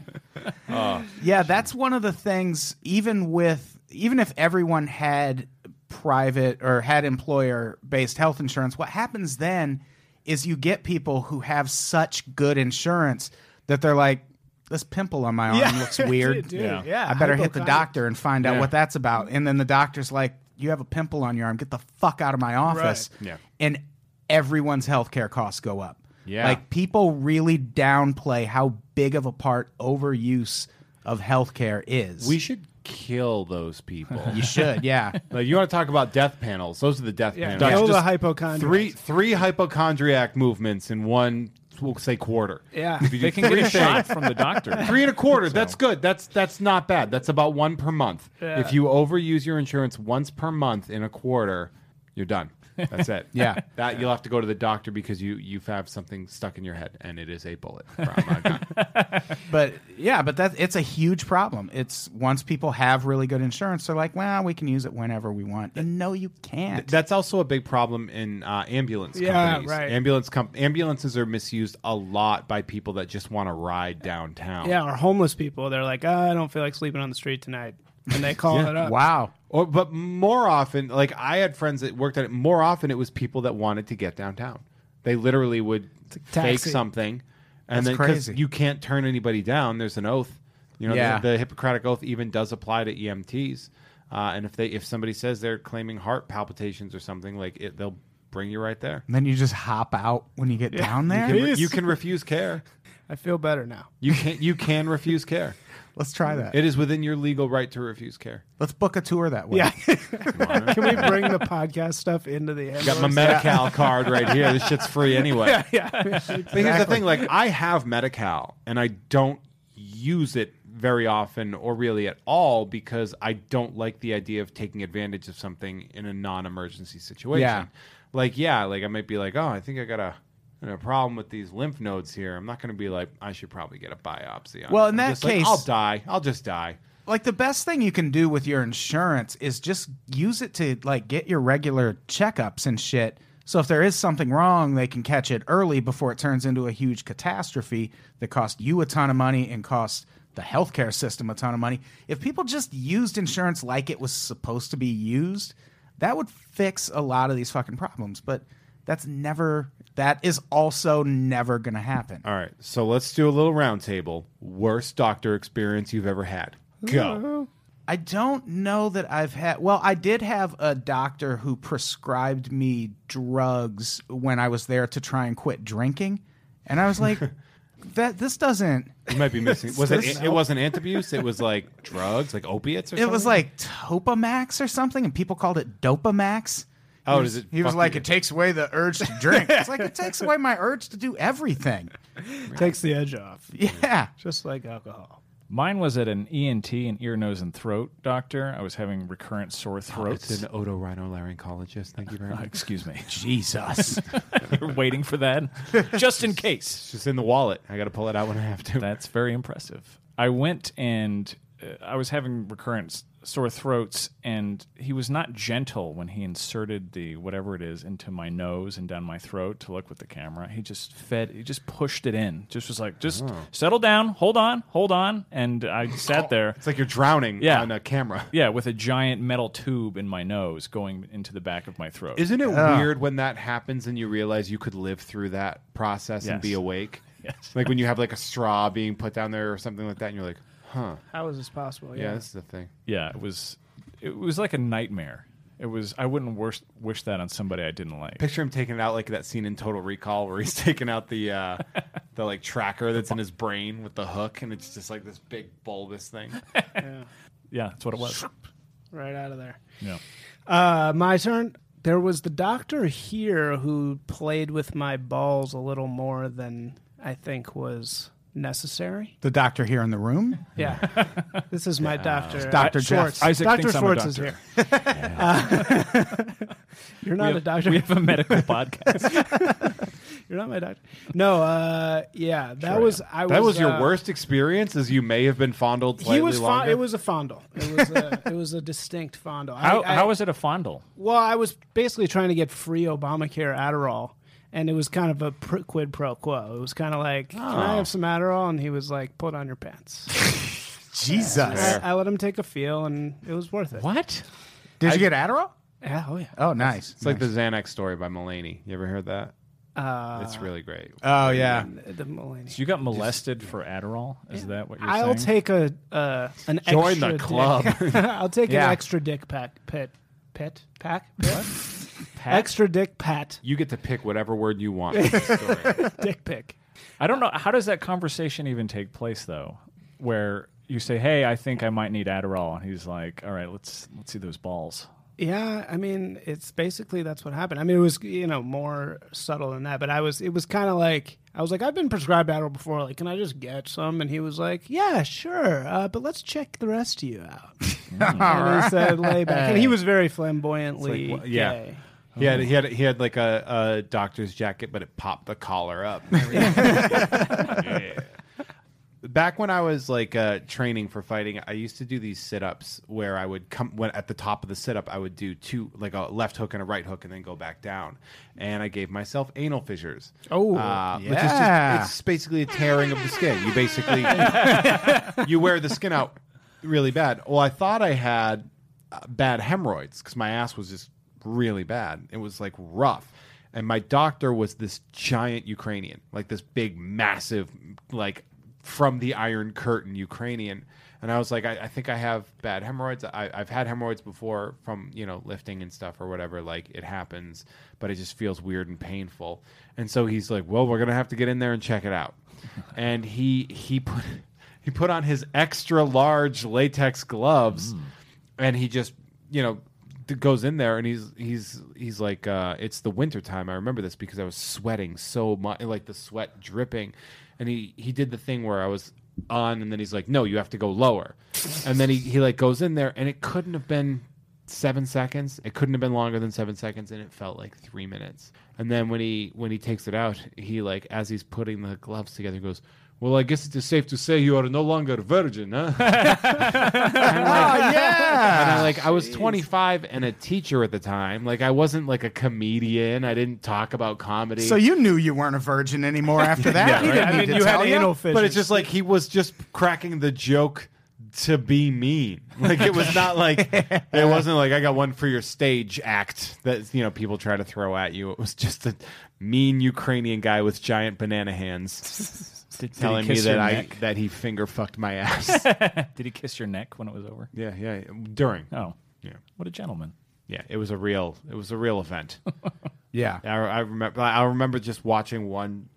B: Yeah, that's one of the things. Even with even if everyone had private or had employer based health insurance, what happens then is you get people who have such good insurance that they're like, this pimple on my arm
C: (laughs)
B: looks weird.
C: Dude, yeah. yeah.
B: I better hit the
C: Hypochondri-
B: doctor and find out what that's about. And then the doctor's like, you have a pimple on your arm. Get the fuck out of my office.
D: Right. Yeah.
B: And everyone's healthcare costs go up.
D: Yeah.
B: Like people really downplay how big of a part overuse of healthcare is.
D: We should kill those people. (laughs)
B: you should, yeah.
D: like you want to talk about death panels? Those are the death
C: Yeah,
D: panels.
C: kill
D: Just
C: the hypochondriacs.
D: Three three hypochondriac movements in one. We'll say quarter.
C: Yeah.
D: If you do
E: They can get
D: three
E: a
D: (laughs)
E: shot
D: things-
E: from the doctor.
D: Three and a quarter. That's good. That's that's not bad. That's about one per month.
C: Yeah.
D: If you overuse your insurance once per month in a quarter, you're done. That's it.
B: Yeah.
D: That you'll have to go to the doctor because you you have something stuck in your head and it is a bullet from a gun.
B: But yeah, but that it's a huge problem. It's once people have really good insurance, they're like, well, we can use it whenever we want. And no, you can't.
D: That's also a big problem in uh, ambulance
C: Yeah,
D: companies.
C: right.
D: Ambulance com- ambulances are misused a lot by people that just want to ride downtown.
C: Yeah, or homeless people. They're like, "Ah, I don't feel like sleeping on the street tonight, and they call it up.
B: wow.
D: Or but more often, like I had friends that worked at it. More often, it was people that wanted to get downtown. They literally would fake
C: taxi.
D: something, and
B: That's
D: then 'cause
B: crazy.
D: you can't turn anybody down. There's an oath. You know,
B: Yeah.
D: the, the Hippocratic oath even does apply to EMTs. Uh, and if they if somebody says they're claiming heart palpitations or something, like it, they'll bring you right there.
B: And then you just hop out when you get down there.
D: You can, re- you can refuse care.
C: I feel better now.
D: You can you can refuse care.
B: Let's try that.
D: It is within your legal right to refuse care.
B: Let's book a tour that way.
C: Yeah. (laughs) Can we bring the podcast stuff into the
D: Got my
C: ambulance?
D: Medi-Cal card right here. This shit's free anyway.
C: yeah.
D: But here's the thing: like, I have Medi-Cal, and I don't use it very often or really at all because I don't like the idea of taking advantage of something in a non-emergency situation.
B: Yeah.
D: Like, yeah, like I might be like, oh, I think I got a, a problem with these lymph nodes here. I'm not going to be like, I should probably get a biopsy. On
B: Well,
D: it.
B: in
D: I'm
B: that
D: just like,
B: case-
D: I'll die. I'll just die.
B: Like the best thing you can do with your insurance is just use it to like get your regular checkups and shit. So if there is something wrong, they can catch it early before it turns into a huge catastrophe that costs you a ton of money and costs the healthcare system a ton of money. If people just used insurance like it was supposed to be used, that would fix a lot of these fucking problems, but that's never that is also never going to happen.
D: All right, so let's do a little roundtable. Worst doctor experience you've ever had? Go.
B: I don't know that I've had. Well, I did have a doctor who prescribed me drugs when I was there to try and quit drinking, and I was
D: (laughs)
B: like, "That this doesn't."
D: You might be missing. Was it?
B: This-
D: It wasn't antabuse. It was like drugs, like opiates or
B: It
D: something.
B: was like Topamax or something, and people called it Dopamax.
D: Oh,
B: he was,
D: does it
B: He was
D: fuck
B: like,
D: you?
B: "It takes away the urge to drink." it's like
D: (laughs)
B: it takes away my urge to do everything.
C: Takes the edge off,
B: Yeah,
C: just like alcohol.
E: Mine was at an ENT, an ear, nose, and throat doctor. I was having recurrent sore throats.
D: Oh, It's an otorhinolaryngologist. Thank you very much.
E: (laughs) Excuse me. (laughs)
D: (laughs)
B: Jesus.
E: You're waiting for that, just in case.
D: It's just in the wallet. I got to pull it out when I have (laughs) to.
E: That's very impressive. I went and uh, I was having recurrent s- sore throats, and he was not gentle when he inserted the whatever it is into my nose and down my throat to look with the camera. He just fed, he just pushed it in. Just was like, just
D: Oh.
E: settle down, hold on, hold on. And I
D: (laughs)
E: sat there.
D: it's like you're drowning
E: Yeah.
D: on a camera.
E: Yeah, with a giant metal tube in my nose going into the back of my throat.
D: Isn't it weird when that happens and you realize you could live through that process and
E: Yes.
D: be awake? (laughs)
E: Yes.
D: Like when you have like a straw being put down there or something like that, and you're like, huh,
C: How is this possible?
D: yeah, this is the thing.
E: yeah, it was it was like a nightmare. It was I wouldn't wish, wish that on somebody I didn't like.
D: Picture him taking it out like that scene in Total Recall where he's (laughs) taking out
C: (laughs)
D: the uh, the like tracker that's in his brain with the hook, and it's just like this big
C: (laughs)
D: bulbous thing.
E: Yeah, that's what it was.
C: right out of there.
E: Yeah.
C: Uh, my turn. There was the doctor here who played with my balls a little more than I think was necessary.
B: the doctor here in the room.
C: Yeah, this is my doctor,
B: Dr.
C: Schwartz.
B: Jeff.
E: Isaac
C: Dr.
E: thinks I'm a
C: Schwartz is
E: doctor.
C: here. Uh, you're not a doctor.
E: We have a medical podcast.
C: (laughs) You're not my doctor. No. Uh, yeah, that was I.
D: That was,
C: was
D: your
C: uh,
D: worst experience, as you may have been fondled slightly
C: He was. Fo-
D: longer.
C: it was a fondle. It was. A, it was a distinct fondle.
E: How,
C: I, I,
E: how is it a fondle?
C: Well, I was basically trying to get free Obamacare Adderall, and it was kind of a pr- quid pro quo. It was kind of like, "Can I have some Adderall?" And he was like, "Put on your pants."
B: Jesus.
C: I, I let him take a feel, and it was worth it.
E: What?
B: Did you get Adderall?
C: Yeah, oh yeah.
B: Oh, nice.
D: It's like the Xanax story by Mulaney. You ever heard that?
C: Uh,
D: It's really great.
B: Oh yeah.
C: the Mulaney.
E: So you got molested for Adderall? Is that what you're saying?
C: I'll take a uh, an
D: Join
C: extra
D: the club.
C: Dick. (laughs) I'll take
B: Yeah.
C: an extra dick pack pet pet pack what? extra dick pat
D: You get to pick whatever word
C: (laughs)
D: you want. in this story.
C: dick pick.
E: I don't know. How does that conversation even take place though? Where you say, "Hey, I think I might need Adderall," and he's like, "All right, let's let's see those balls."
C: Yeah, I mean, it's basically that's what happened. I mean, it was you know more subtle than that, but I was it was kind of like I was like I've been prescribed Adderall before. Like, can I just get some? And he was like, Yeah, sure, uh, but let's check the rest of you
D: (laughs)
C: out. (laughs) and he said, Lay back, and he was very flamboyantly
D: It's like, wha- yeah.
C: yeah.
D: he had he had he had like a, a doctor's jacket, but it popped the collar up. (laughs) back when I was like uh, training for fighting, I used to do these sit ups where I would come when at the top of the sit up, I would do two like a left hook and a right hook, and then go back down. And I gave myself anal fissures. Uh,
C: Oh,
D: which is
B: yeah.
D: just, it's basically a tearing of the skin. You basically you wear the skin out really bad. Well, I thought I had uh, bad hemorrhoids because my ass was just really bad. It was like rough. And my doctor was this giant Ukrainian, like this big, massive, like from the Iron Curtain Ukrainian. And I was like, I, I think I have bad hemorrhoids. I, I've had hemorrhoids before from, you know, lifting and stuff or whatever. Like it happens, but it just feels weird and painful. And so he's like, well, we're going to have to get in there and check it out. And he, he put, he put on his extra large latex gloves and he just you know d- goes in there and he's he's he's like uh it's the winter time i remember this because i was sweating so much like the sweat dripping and he he did the thing where i was on and then he's like no you have to go lower and then he he like goes in there and it couldn't have been seven seconds it couldn't have been longer than seven seconds and it felt like three minutes and then when he when he takes it out he like as he's putting the gloves together goes well i guess it is safe to say you are no longer a virgin (laughs) huh
B: Oh,
D: and I like I was 25 and a teacher at the time. Like I wasn't like a comedian. I didn't talk about comedy.
B: So you knew you weren't a virgin
C: (laughs)
B: anymore after that. He didn't
C: I
B: need
C: mean,
B: to
C: you had
B: tell ya.
C: anal fissures.
D: but it's just like he was just cracking the joke to be mean. Like it was not
E: (laughs)
D: like it wasn't like I got one for your stage act that you know people try to throw at you. It was just a mean Ukrainian guy with giant banana hands
E: (laughs) Did, did
D: telling
E: he
D: me
E: kiss
D: that
E: your
D: I
E: neck?
D: that he finger fucked my
E: (laughs)
D: ass.
E: did he kiss your neck when it was over?
D: yeah, yeah, during.
E: Oh,
D: Yeah.
E: What a gentleman.
D: Yeah, it was a real it was a real event.
B: Yeah.
D: I, I remember. I remember just watching one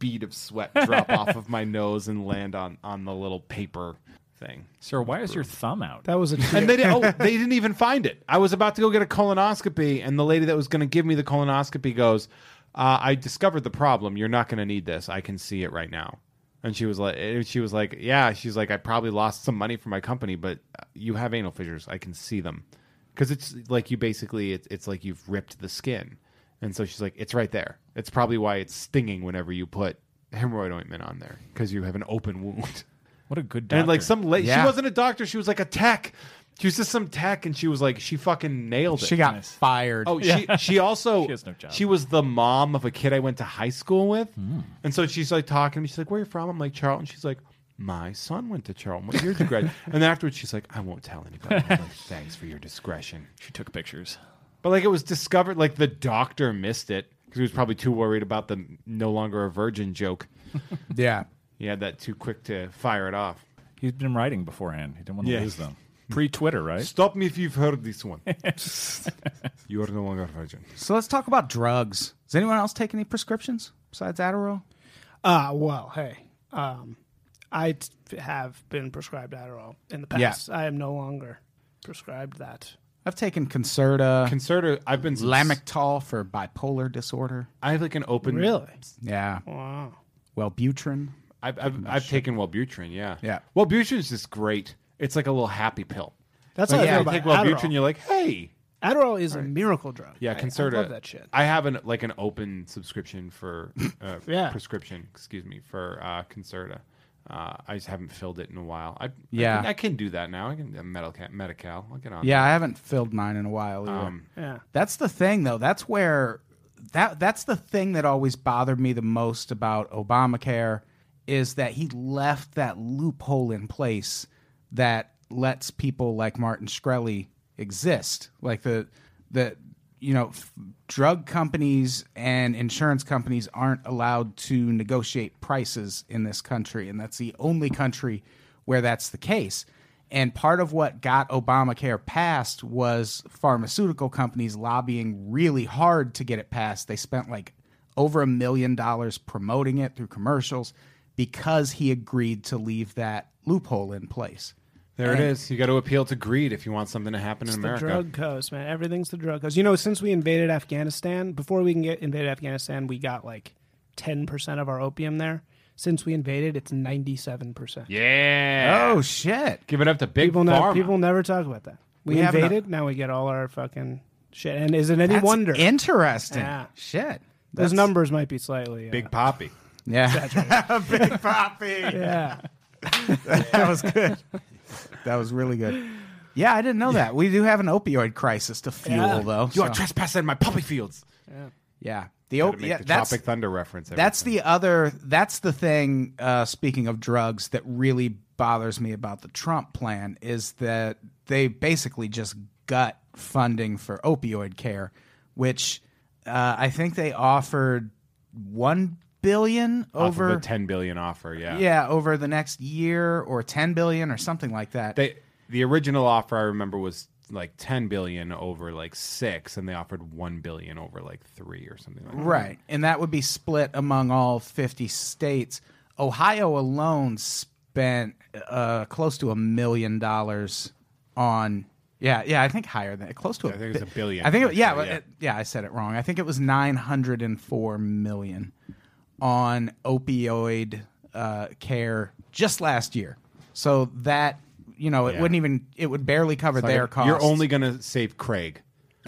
D: bead of sweat drop off of
E: (laughs)
D: my nose and land on on the little paper thing.
E: Sir, why is your thumb out?
C: that was a (laughs)
D: (laughs) And they didn't, oh, they didn't even find it. I was about to go get a colonoscopy, and the lady that was going to give me the colonoscopy goes, uh, "I discovered the problem. You're not going to need this. I can see it right now." And she was like, and "She was like, yeah." She's like, "I probably lost some money for my company, but uh, you have anal fissures. I can see them because it's like you basically it's it's like you've ripped the skin." And so she's like, "It's right there. It's probably why it's stinging whenever you put hemorrhoid ointment on there because you have an open wound."
E: What a good doctor.
D: And like some lady,
B: Yeah.
D: she wasn't a doctor. She was like a tech. She was just some tech, and she was like, she fucking nailed it.
B: She got fired.
D: Oh, she she also
E: (laughs) She has no job. Hmm.
D: she was the mom of a kid I went to high school with, and so she's like talking. to me. She's like, "Where you from?" I'm like Charlton. She's like, "My son went to Charlton. What year did you
E: (laughs)
D: graduate?" and then afterwards, she's like, "I won't tell anybody." I'm like, Thanks for your discretion.
E: she took pictures.
D: But like it was discovered, like the doctor missed it because he was probably too worried about the no longer a virgin joke.
B: yeah.
D: He had that too quick to fire it off.
E: He's been writing beforehand. He didn't want to
D: Yeah.
E: lose them. Pre Twitter, right?
D: Stop me if you've heard
B: (laughs)
D: this one. you are no longer a virgin.
B: So let's talk about drugs. Does anyone else take any prescriptions besides Adderall?
C: Uh, well, hey, um, I t- have been prescribed Adderall in the past. I am no longer prescribed that.
B: I've taken Concerta,
D: Concerta, I've been
B: Lamictal for bipolar disorder.
D: I have like an open.
C: Really?
B: Yeah.
C: Wow.
B: Wellbutrin.
D: I've I've, I've taken Wellbutrin. Yeah.
B: Yeah.
D: Wellbutrin's just great. It's like a little happy pill.
C: That's
D: Like,
C: how
D: yeah,
C: I
D: you
C: feel
D: take
C: about
D: Wellbutrin,
C: Adderall.
D: you're like, hey.
C: Adderall is a miracle drug.
D: Yeah,
C: I-
D: Concerta.
C: I, love that shit.
D: I have an like an open subscription for uh,
C: (laughs) Yeah.
D: prescription. Excuse me for uh, Concerta. Uh, I just haven't filled it in a while. I
B: Yeah.
D: I can, I can do that now. I can uh, Medica- Medi-Cal. I'll get on.
B: Yeah, I haven't filled mine in a while either.
C: Yeah.
B: That's the thing, though. That's where that that's the thing that always bothered me the most about Obamacare is that he left that loophole in place that lets people like Martin Shkreli exist. Like the that you know f- drug companies and insurance companies aren't allowed to negotiate prices in this country and that's the only country where that's the case and part of what got Obamacare passed was pharmaceutical companies lobbying really hard to get it passed. They spent like over a million dollars promoting it through commercials because he agreed to leave that loophole in place.
D: There it is. You got to appeal to greed if you want something to happen in
C: the
D: America.
C: drug coast, man. Everything's the drug coast. You know, since we invaded Afghanistan, before we can get invaded Afghanistan, we got like ten percent of our opium there. Since we invaded, it's ninety-seven percent.
D: Yeah.
B: Oh shit.
D: Give it up to big
C: People,
D: pharma.
C: ne- people never talk about that. We,
B: We have
C: invaded, now we get all our fucking shit. And is it any
B: That's
C: wonder?
B: Interesting.
C: Yeah.
B: Shit.
C: Those
B: That's-
C: numbers might be slightly uh,
G: Big Poppy.
B: Yeah. (laughs) Big Poppy. (laughs)
C: Yeah,
B: that was good. That was really good. Yeah, I didn't know that. We do have an opioid crisis to fuel,
C: Yeah.
B: though.
D: You are
B: so-
D: trespassing in my poppy fields.
B: yeah, the op-
D: Make
B: yeah,
D: the
B: that's
D: Tropic Thunder reference. every
B: that's the other that's the thing. Uh, speaking of drugs, that really bothers me about the Trump plan is that they basically just gut funding for opioid care, which uh, I think they offered one billion
D: off of
B: over
D: a 10 billion offer yeah
B: yeah over the next year or ten billion or something like that.
D: they the original offer i remember was like 10 billion over like 6 and they offered 1 billion over like 3 or something like that
B: Right. And that would be split among all 50 states. Ohio alone spent uh, close to a million dollars on. Yeah, yeah, I think higher than close to. I
D: think it was a billion,
B: I think, it, yeah,
D: actually,
B: yeah. It, yeah, I said it wrong. I think it was nine hundred and four million on opioid uh, care just last year. So that you know, it
D: Yeah.
B: wouldn't even it would barely cover
D: It's like,
B: their costs.
D: you're only going to save craig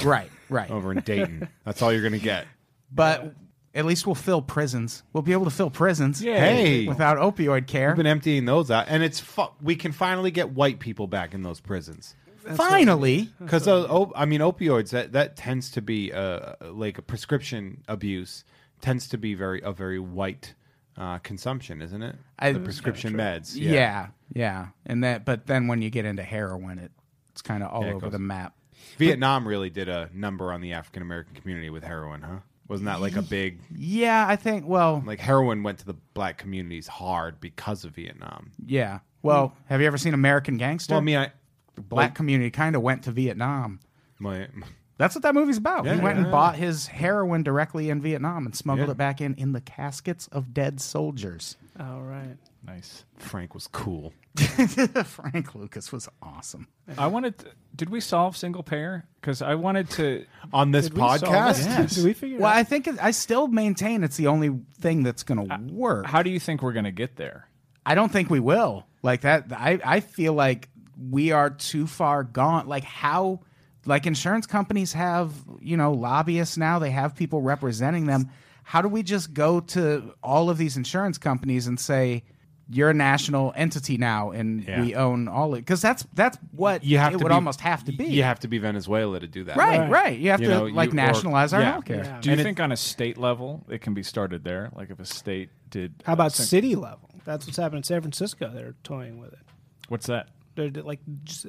B: right, right.
D: over in
B: (laughs)
D: dayton that's all you're going to get
B: but at least we'll fill prisons. We'll be able to fill prisons.
D: Hey.
B: without opioid care.
D: i've been emptying those out and it's fu- we can finally get white people back in those prisons
B: Finally,
D: because oh, I mean opioids that that tends to be uh, like a prescription abuse tends to be very a very white uh, consumption, isn't it?
B: I-
D: the prescription meds,
B: yeah. yeah, and that. But then when you get into heroin, it, it's kind of all
D: it
B: over
D: goes-
B: the map.
D: Vietnam really did a number on the African American community with heroin, huh? Wasn't that like a big
B: Yeah, I think. Well,
D: like heroin went to the black communities hard because of Vietnam?
B: yeah. Well, have you ever seen American Gangster?
D: Hmm. Well, I mean, I
B: the black community kind of went to Vietnam.
D: my,
B: That's what that movie's about. he
D: Yeah,
B: went
D: yeah.
B: and bought his heroin directly in Vietnam and smuggled
D: Yeah.
B: it back in in the caskets of dead soldiers. (laughs)
C: all right.
E: Nice.
D: Frank was cool.
B: Frank Lucas was awesome.
E: I wanted. To, did we solve single payer? Because I wanted to.
D: On this
E: we solve
D: podcast,
E: it?
C: Did we figure? it
B: Well,
C: out?
B: I think it, I still maintain it's the only thing that's going
D: Uh,
B: to work.
E: How do you think we're going to get there?
B: I don't think we will. Like that, I, I feel like we are too far gone. Like how, like insurance companies have, you know, lobbyists now, they have people representing them. How do we just go to all of these insurance companies and say, you're a national entity now and
D: Yeah.
B: we own all it? Because that's, that's what
D: you have
B: it
D: to
B: would
D: be-
B: almost have to be.
D: You have to be Venezuela to do that,
B: right, right, You have
D: You
B: to
D: know,
B: like
D: you- or-
B: nationalize our
D: yeah.
B: healthcare.
C: Yeah.
E: Do you
D: And it-
E: think on a state level it can be started there? Like if a state did.
C: How about city level? That's what's happening in San Francisco. They're toying with it.
E: What's that?
C: They're d- like s-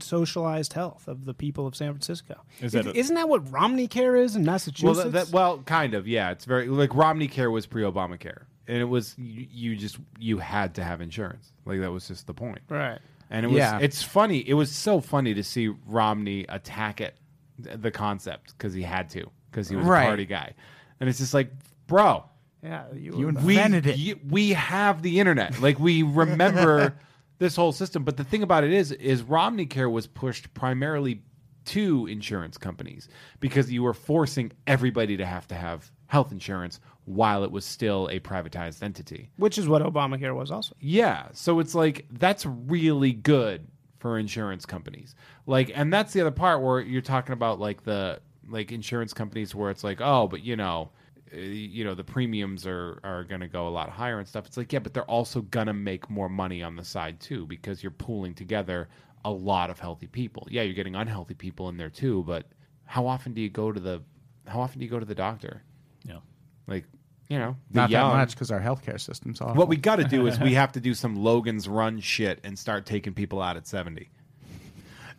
C: socialized health of the people of San Francisco.
E: Is
C: If-
E: that a-
C: isn't that what Romney Care is in
D: Well,
C: Massachusetts?
D: that, that, well, kind of, yeah. It's very like Romney Care was pre-Obamacare, and it was you, you just you had to have insurance. Like that was just the point,
C: right.
D: And it was
B: Yeah.
D: it's funny. It was so funny to see Romney attack it th- the concept because he had to because he was
B: Right.
D: a party guy. And it's just like, bro,
C: Yeah, you,
B: You
C: were-
B: and-
D: we
B: Invented it.
D: y- we have the internet. Like
B: (laughs)
D: we remember this whole system. But the thing about it is is Romney Care was pushed primarily to insurance companies because you were forcing everybody to have to have health insurance while it was still a privatized entity.
C: which is what Obamacare was also.
D: Yeah. So it's like that's really good for insurance companies. Like and that's the other part where you're talking about like the like insurance companies where it's like, "Oh, but you know, uh, you know the premiums are are going to go a lot higher and stuff." It's like, "Yeah, but they're also going to make more money on the side too because you're pooling together a lot of healthy people. Yeah, you're getting unhealthy people in there too, but how often do you go to the how often do you go to the doctor?
E: Yeah.
D: Like, you know, the
B: Not
D: young-
B: that much because our healthcare system's awful.
D: what we got to do is
B: (laughs)
D: we have to do some Logan's Run shit and start taking people out at 70.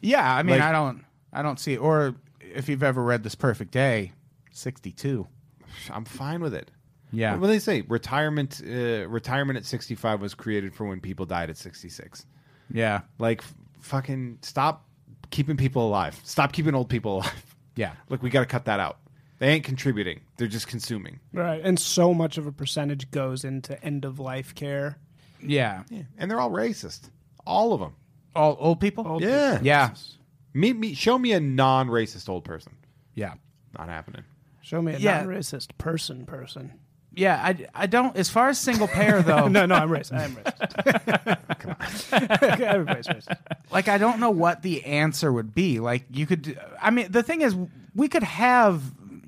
B: Yeah, I mean,
D: Like-
B: I don't, I don't see, or uh, if you've ever read this Perfect Day, sixty-two.
D: I'm fine with it.
B: Yeah.
D: What do they say? Retirement uh, retirement at 65 was created for when people died at 66.
B: Yeah,
D: Like f- fucking stop keeping people alive. Stop keeping old people alive.
B: yeah,
D: Look, we got to cut that out. They ain't contributing. They're just consuming.
C: Right. And so much of a percentage goes into end of life care.
B: yeah.
D: And they're all racist. All of them.
B: All old people.
D: Yeah.
B: yeah,
D: Meet me show me a non-racist old person.
B: yeah,
D: Not happening.
C: Show me a
B: Yeah.
C: non-racist person. Person.
B: yeah. I, I don't. As far as single payer (laughs) though,
C: No, no, I'm racist. I am racist. (laughs) Come on. (laughs) Everybody's racist.
B: like I don't know what the answer would be. Like you could, I mean, the thing is, we could have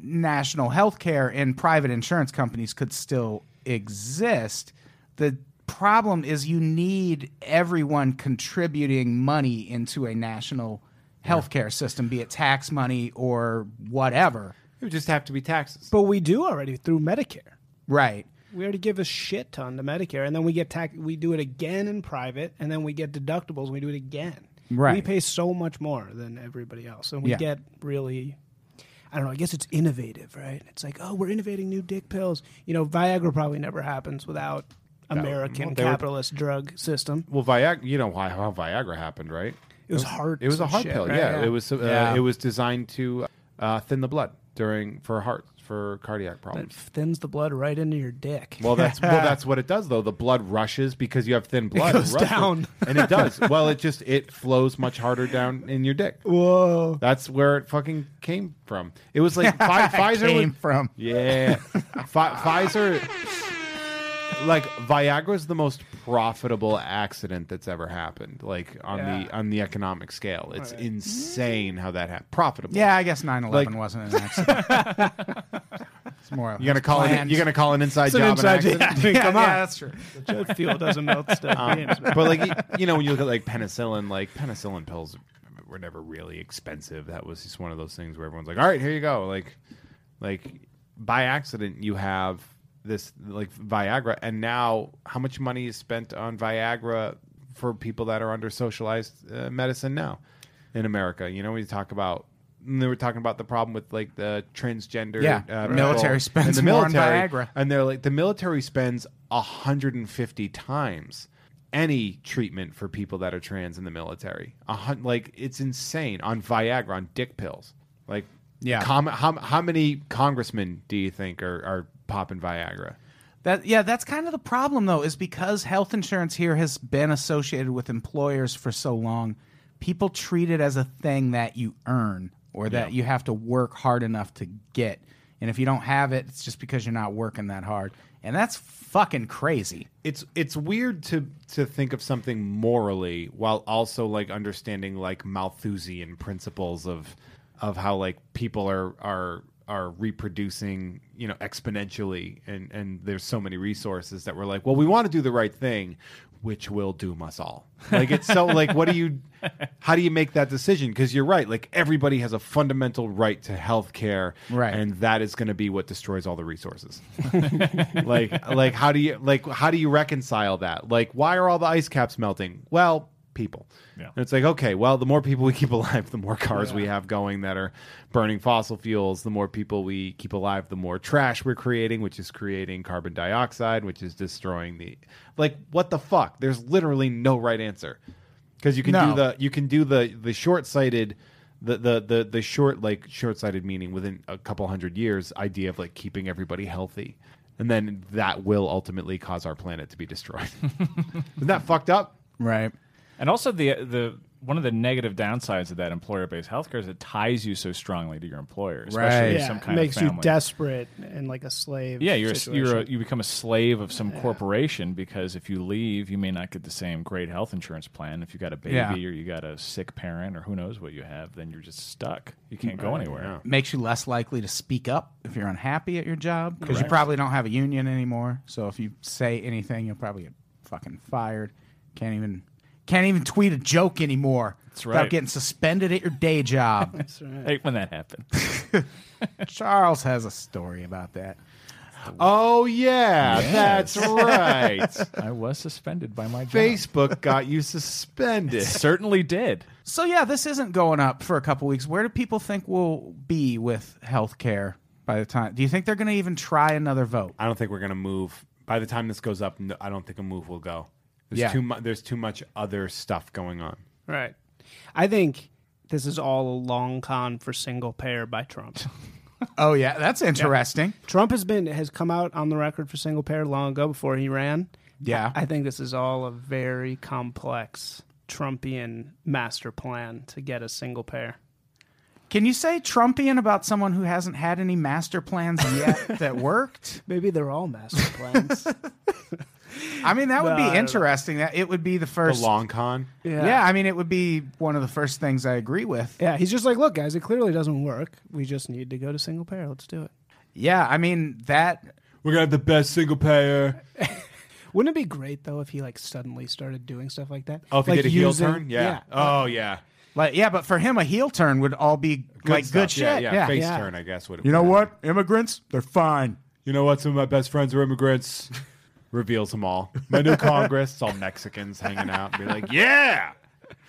B: national health care and private insurance companies could still exist. The problem is you need everyone contributing money into a national healthcare system, be it tax money or whatever.
D: It would just have to be taxes.
C: But we do already through Medicare.
B: Right.
C: We already give a shit ton to Medicare, and then we get tax. We do it again in private, and then we get deductibles. and We do it again.
B: Right.
C: We pay so much more than everybody else, and we
B: Yeah.
C: get really. I don't know. I guess it's innovative, right? It's like, oh, we're innovating new dick pills. You know, Viagra probably never happens without American
D: well, they were-
C: capitalist drug system.
D: well, Viagra, you know why how Viagra happened, right?
C: It was hard.
D: It was a heart
C: shit,
D: pill.
C: right?
D: Yeah, it was. Uh,
B: Yeah.
D: It was designed to uh, thin the blood during for heart for cardiac
C: It
D: problems.
C: thins the blood right into your dick. (laughs)
D: Well, that's well, that's what it does though. The blood rushes because you have thin blood.
C: goes
D: rushes.
C: down.
D: and it does. Well, it just it flows much harder down in your dick.
C: Whoa.
D: That's where it fucking came from. It was like Fi- Pfizer
B: Came
D: was-
B: from.
D: Yeah, Fi- Pfizer. Like Viagra's the most profitable accident that's ever happened. Like on the on the economic scale, it's insane how that happened. Profitable.
B: Yeah, I guess 9 11
D: Like-
B: wasn't an accident. it's more.
D: You're gonna call it.
B: planned.
D: You're gonna call an inside job. an accident? (laughs)
B: Yeah,
C: Come on.
B: yeah, that's true.
C: jet fuel doesn't melt stuff.
E: Um,
B: (laughs)
C: beans, man.
D: but like y- you know, when you look at like penicillin, like penicillin pills were never really expensive. That was just one of those things where everyone's like, "All right, here you go." Like, like by accident, you have this like Viagra, and now how much money is spent on Viagra for people that are under socialized uh, medicine now in America? You know, we talk about. and They were talking about the problem with like the transgender
B: Yeah.
D: uh,
B: Military
D: people
B: spends
D: and the
B: more on
D: military,
B: Viagra.
D: and they're like the military spends 150 times any treatment for people that are trans in the military a hun- like it's insane on viagra on dick pills like
B: Yeah.
D: com- how, how many congressmen do you think are, are popping viagra
B: That yeah, that's kind of the problem though, is because health insurance here has been associated with employers for so long, people treat it as a thing that you earn or that you have to work hard enough to get. And if you don't have it, it's just because you're not working that hard. And that's fucking crazy.
D: it's it's weird to to think of something morally while also like understanding like Malthusian principles of of how like people are are are reproducing you know exponentially and and there's so many resources that we're like well we want to do the right thing which will doom us all like it's so like what do you how do you make that decision because you're right like everybody has a fundamental right to health care
B: Right.
D: and that is going to be what destroys all the resources like like how do you like how do you reconcile that like why are all the ice caps melting well people
E: Yeah.
D: and it's like okay well the more people we keep (laughs) alive the more cars we have going that are burning fossil fuels the more people we keep alive the more trash we're creating which is creating carbon dioxide which is destroying the like what the fuck there's literally no right answer because you can
B: No.
D: do the you can do the the short sighted the, the the the short like short sighted meaning within a couple hundred years idea of like keeping everybody healthy, and then that will ultimately cause our planet to be (laughs) destroyed. Isn't that fucked up?
B: Right.
E: And also the the one of the negative downsides of that employer based healthcare is it ties you so strongly to your employer, especially
B: Right.
E: if
C: Yeah,
E: some
C: it
E: kind
C: makes
E: of family.
C: you desperate and like a slave.
E: yeah, you're a,
C: situation.
E: you're a, you become a slave of some corporation because if you leave, you may not get the same great health insurance plan. If you got a baby
B: Yeah.
E: or you got a sick parent or who knows what you have, then you're just stuck. You can't go anywhere.
B: Makes you less likely to speak up if you're unhappy at your job because you probably don't have a union anymore. So if you say anything, you'll probably get fucking fired. Can't even can't even tweet a joke anymore. That's
E: right.
B: Without getting suspended at your day (laughs) job.
E: Hate when that happens.
B: Charles has a story about that.
D: Oh yeah, that's (laughs) right.
E: (laughs) I was suspended by my job.
D: Facebook got you suspended.
E: Certainly did.
B: So yeah, this isn't going up for a couple weeks. Where do people think we'll be with healthcare by the time? Do you think they're going to even try another vote?
D: I don't think we're gonna move. By the time this goes up, no, I don't think a move will go. There's
B: Yeah.
D: too much. There's too much other stuff going on.
C: Right. I think this is all a long con for single payer by
D: (laughs)
C: Trump.
B: Oh yeah, that's interesting.
C: Trump has been has come out on the record for single payer long ago before he ran.
B: Yeah.
C: I think this is all a very complex Trumpian master plan to get a single payer.
B: Can you say Trumpian about someone who hasn't had any master plans
C: (laughs)
B: yet that worked?
C: Maybe they're all (laughs) master plans.
B: I mean, that would
C: No, I
B: be
C: don't-
B: interesting. That it would be the
D: The
B: first.
D: long con.
B: yeah. I mean, it would be one of the first things I agree with.
C: Yeah, he's just like, look, guys, it clearly doesn't work. We just need to go to single payer. Let's do it.
B: Yeah, I mean that.
D: We're gonna have the best single payer.
C: Wouldn't it be great though if he like suddenly started doing stuff like that?
D: Oh, if
C: like
D: he did a heel turn, yeah. Oh yeah.
B: Like, yeah, but for him, a heel turn would all be like
D: stuff.
B: good shit.
D: Yeah, yeah. Face
C: yeah.
D: turn, I guess. Would it
B: You know
D: be.
B: what? Immigrants, they're fine.
D: You know what? Some of my best friends are immigrants. (laughs) Reveals them all. My new Congress, it's all Mexicans hanging out. Be like, yeah.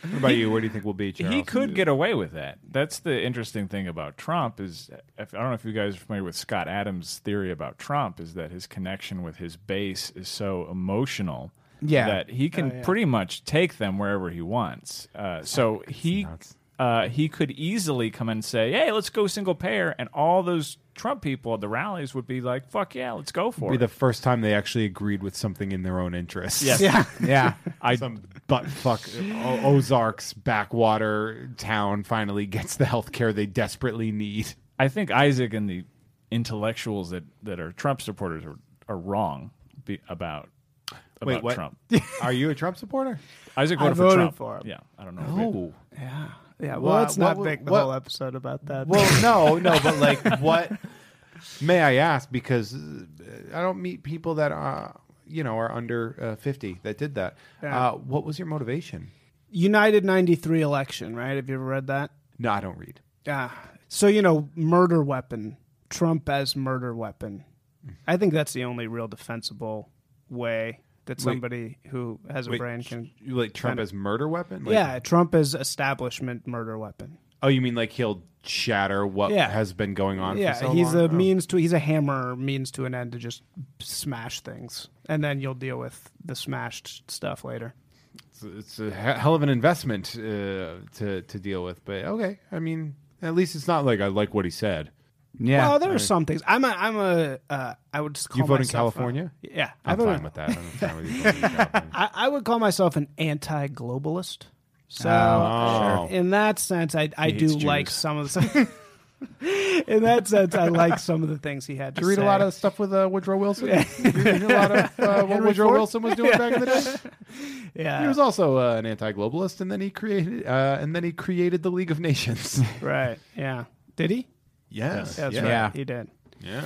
D: What about you? Where do you think we'll be, Charles?
E: He could get away with that. That's the interesting thing about Trump is if, I don't know if you guys are familiar with Scott Adams' theory about Trump is that his connection with his base is so emotional
B: Yeah.
E: that he can pretty much take them wherever he wants. Uh, so he uh, he could easily come and say, "Hey, let's go single payer," and all those Trump people at the rallies would be like, "Fuck yeah, let's go for
D: be
E: it." (laughs)
D: the first time they actually agreed with something in their own interests.
E: Yes. (laughs)
B: Yeah, yeah.
D: I, (laughs) Some butt fuck O- Ozarks backwater town finally gets the health care they desperately need.
E: I think Isaac and the intellectuals that, that are Trump supporters are, are wrong be, about about
D: Wait,
C: (laughs)
D: what?
E: Trump.
D: (laughs) Are you a Trump supporter?
E: Isaac
C: I
E: voted, for
C: voted
E: Trump.
C: for him.
E: Yeah, I don't know.
D: Oh.
C: yeah, yeah. Well,
D: Well,
C: let's
D: what
C: not
D: would-
C: make the
D: what-
C: whole episode about that.
D: Well, no, no,
C: (laughs)
D: but like, what? May I ask? Because uh, I don't meet people that are, you know, are under uh, fifty that did that.
C: Yeah.
D: Uh, what was your motivation?
C: United '93 election, right? Have you ever read that?
D: No, I don't read.
C: Yeah. So you know, murder weapon, Trump as murder weapon. I think that's the only real defensible way that somebody who has a brain can.
D: you like Trump as murder weapon? Like-
C: Yeah, Trump as establishment murder weapon.
D: Oh, you mean like he'll shatter what
C: Yeah.
D: has been going on?
C: Yeah,
D: for so
C: he's
D: long? Oh.
C: a means to he's a hammer means to an end to just smash things, and then you'll deal with the smashed stuff later.
D: it's, it's a he- hell of an investment uh, to to deal with. But okay, I mean, at least it's not like I like what he said.
B: Yeah.
C: well, there are some things. I'm a I'm a uh, I would just call
D: You vote in
C: myself a-
D: California?
C: yeah,
D: I'm
C: vote in-
D: fine with that. I'm fine with you
C: (laughs)
D: voting California.
C: I, I would call myself an anti-globalist. So
D: Oh, sure.
C: in that sense, I I do
E: hates
C: like
E: Jews.
C: some of the. (laughs) in that sense, I like some of the things he had to
D: You read
C: say.
D: a lot of stuff with uh, Woodrow Wilson. (laughs) you read a lot of uh, what Woodrow Wilson was doing back in the day.
C: yeah,
D: He was also uh, an anti-globalist, and then he created uh, and then he created the League of Nations.
C: right. Yeah, did he?
D: Yes,
C: That's
D: yeah.
C: right.
B: Yeah.
C: He did.
D: Yeah.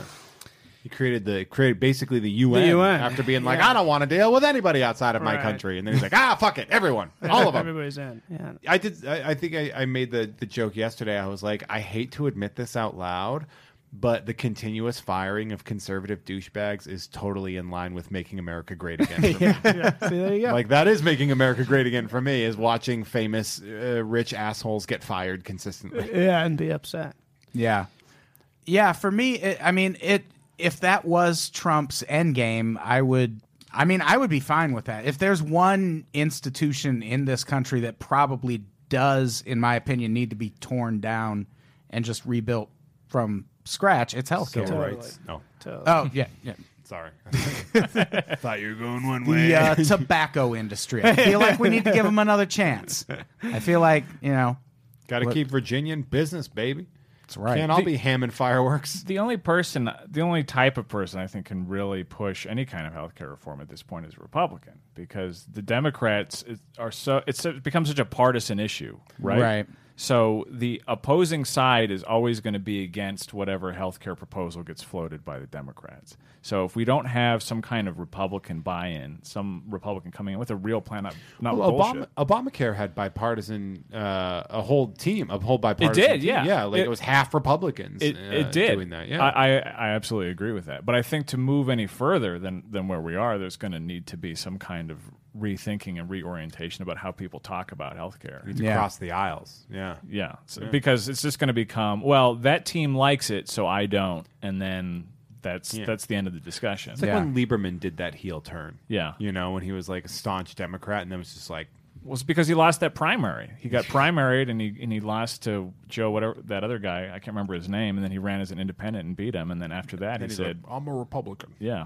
D: He created the created basically the UN,
C: The UN.
D: after being like, I don't want to deal with anybody outside of my
C: Right.
D: country, and then he's like, Ah, fuck it, everyone, all of them.
C: Everybody's in. Yeah.
D: I did. I, I think I, I made the the joke yesterday. I was like, I hate to admit this out loud. But the continuous firing of conservative douchebags is totally in line with making
B: (laughs)
D: America great again. for me.
C: See, there you go.
D: Like that is making America great again for me. Is watching famous uh, rich assholes get fired
B: (laughs)
D: consistently.
C: yeah, and be upset.
B: Yeah. Yeah, for me, it, I mean, it if that was Trump's end game, I would I mean, I would be fine with that. If there's one institution in this country that probably does in my opinion need to be torn down and just rebuilt from scratch, it's healthcare.
D: Civil
C: Totally.
D: rights. No,
B: Oh, yeah, yeah. (laughs)
D: sorry. Thought you were going (laughs) one way.
B: The uh, tobacco industry. I feel like we need to give them another chance. I feel like, you
D: (laughs)
B: know,
D: Got to keep Virginia in business, baby.
B: That's right.
D: Can't all be hamming fireworks.
E: The only person, the only type of person I think can really push any kind of healthcare reform at this point is Republican because the Democrats is- are so it's it becomes such a partisan issue, right?
B: Right.
E: So the opposing side is always going to be against whatever healthcare proposal gets floated by the Democrats. So if we don't have some kind of Republican buy-in, some Republican coming in with a real plan, not, not
D: Well,
E: bullshit.
D: Obama, Obamacare had bipartisan, uh, a whole team, a whole bipartisan.
E: did,
D: team.
E: yeah.
D: yeah. Like it,
E: It-
D: was half Republicans.
E: it,
D: uh,
E: it did.
D: doing that. Yeah,
E: I, I I absolutely agree with that. But I think to move any further than than where we are, there's going to need to be some kind of rethinking and reorientation about how people talk about healthcare.
D: to
B: Yeah.
D: cross the aisles. Yeah,
E: Yeah, so- because it's just going to become well that team likes it, so I don't, and then that's that's the end of the discussion.
D: it's like
B: Yeah.
D: when Lieberman did that heel turn.
E: Yeah.
D: you know when he was like a staunch Democrat, and then was just like,
E: Well, it's because he lost that primary. He got primaried and he and he lost to Joe whatever that other guy. I can't remember his name. And then he ran as an independent and beat him. And then after that, he
D: he's
E: said,
D: like, "I'm a Republican."
E: "Yeah,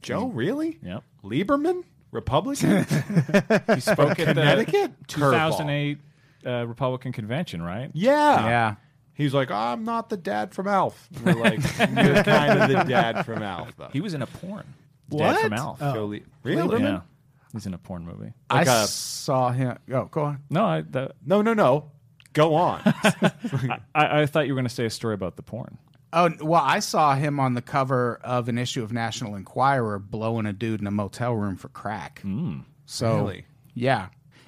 D: Joe, really?
E: Yep.
D: Lieberman, Republican.
E: (laughs)
D: he spoke at Connecticut. Curveball.
E: 2008 uh, Republican convention, right?
D: Yeah.
B: Yeah.
D: He's like, I'm not the dad from
E: (laughs)
D: Alf. We're like, you're kind of the dad from Alf, though.
E: He was in a porn.
B: What?
E: Dad from Alf. Oh.
D: So Le- really?
E: yeah, he's in a porn movie.
D: Like
B: I
D: a-
B: saw him. Oh, go on.
E: No, I that,
D: No, no, no. Go on. (laughs)
E: I, I thought you were going to say a story about the porn.
B: Oh well, I saw him on the cover of an issue of National Enquirer blowing a dude in a motel room for crack. so
D: Really?
B: yeah,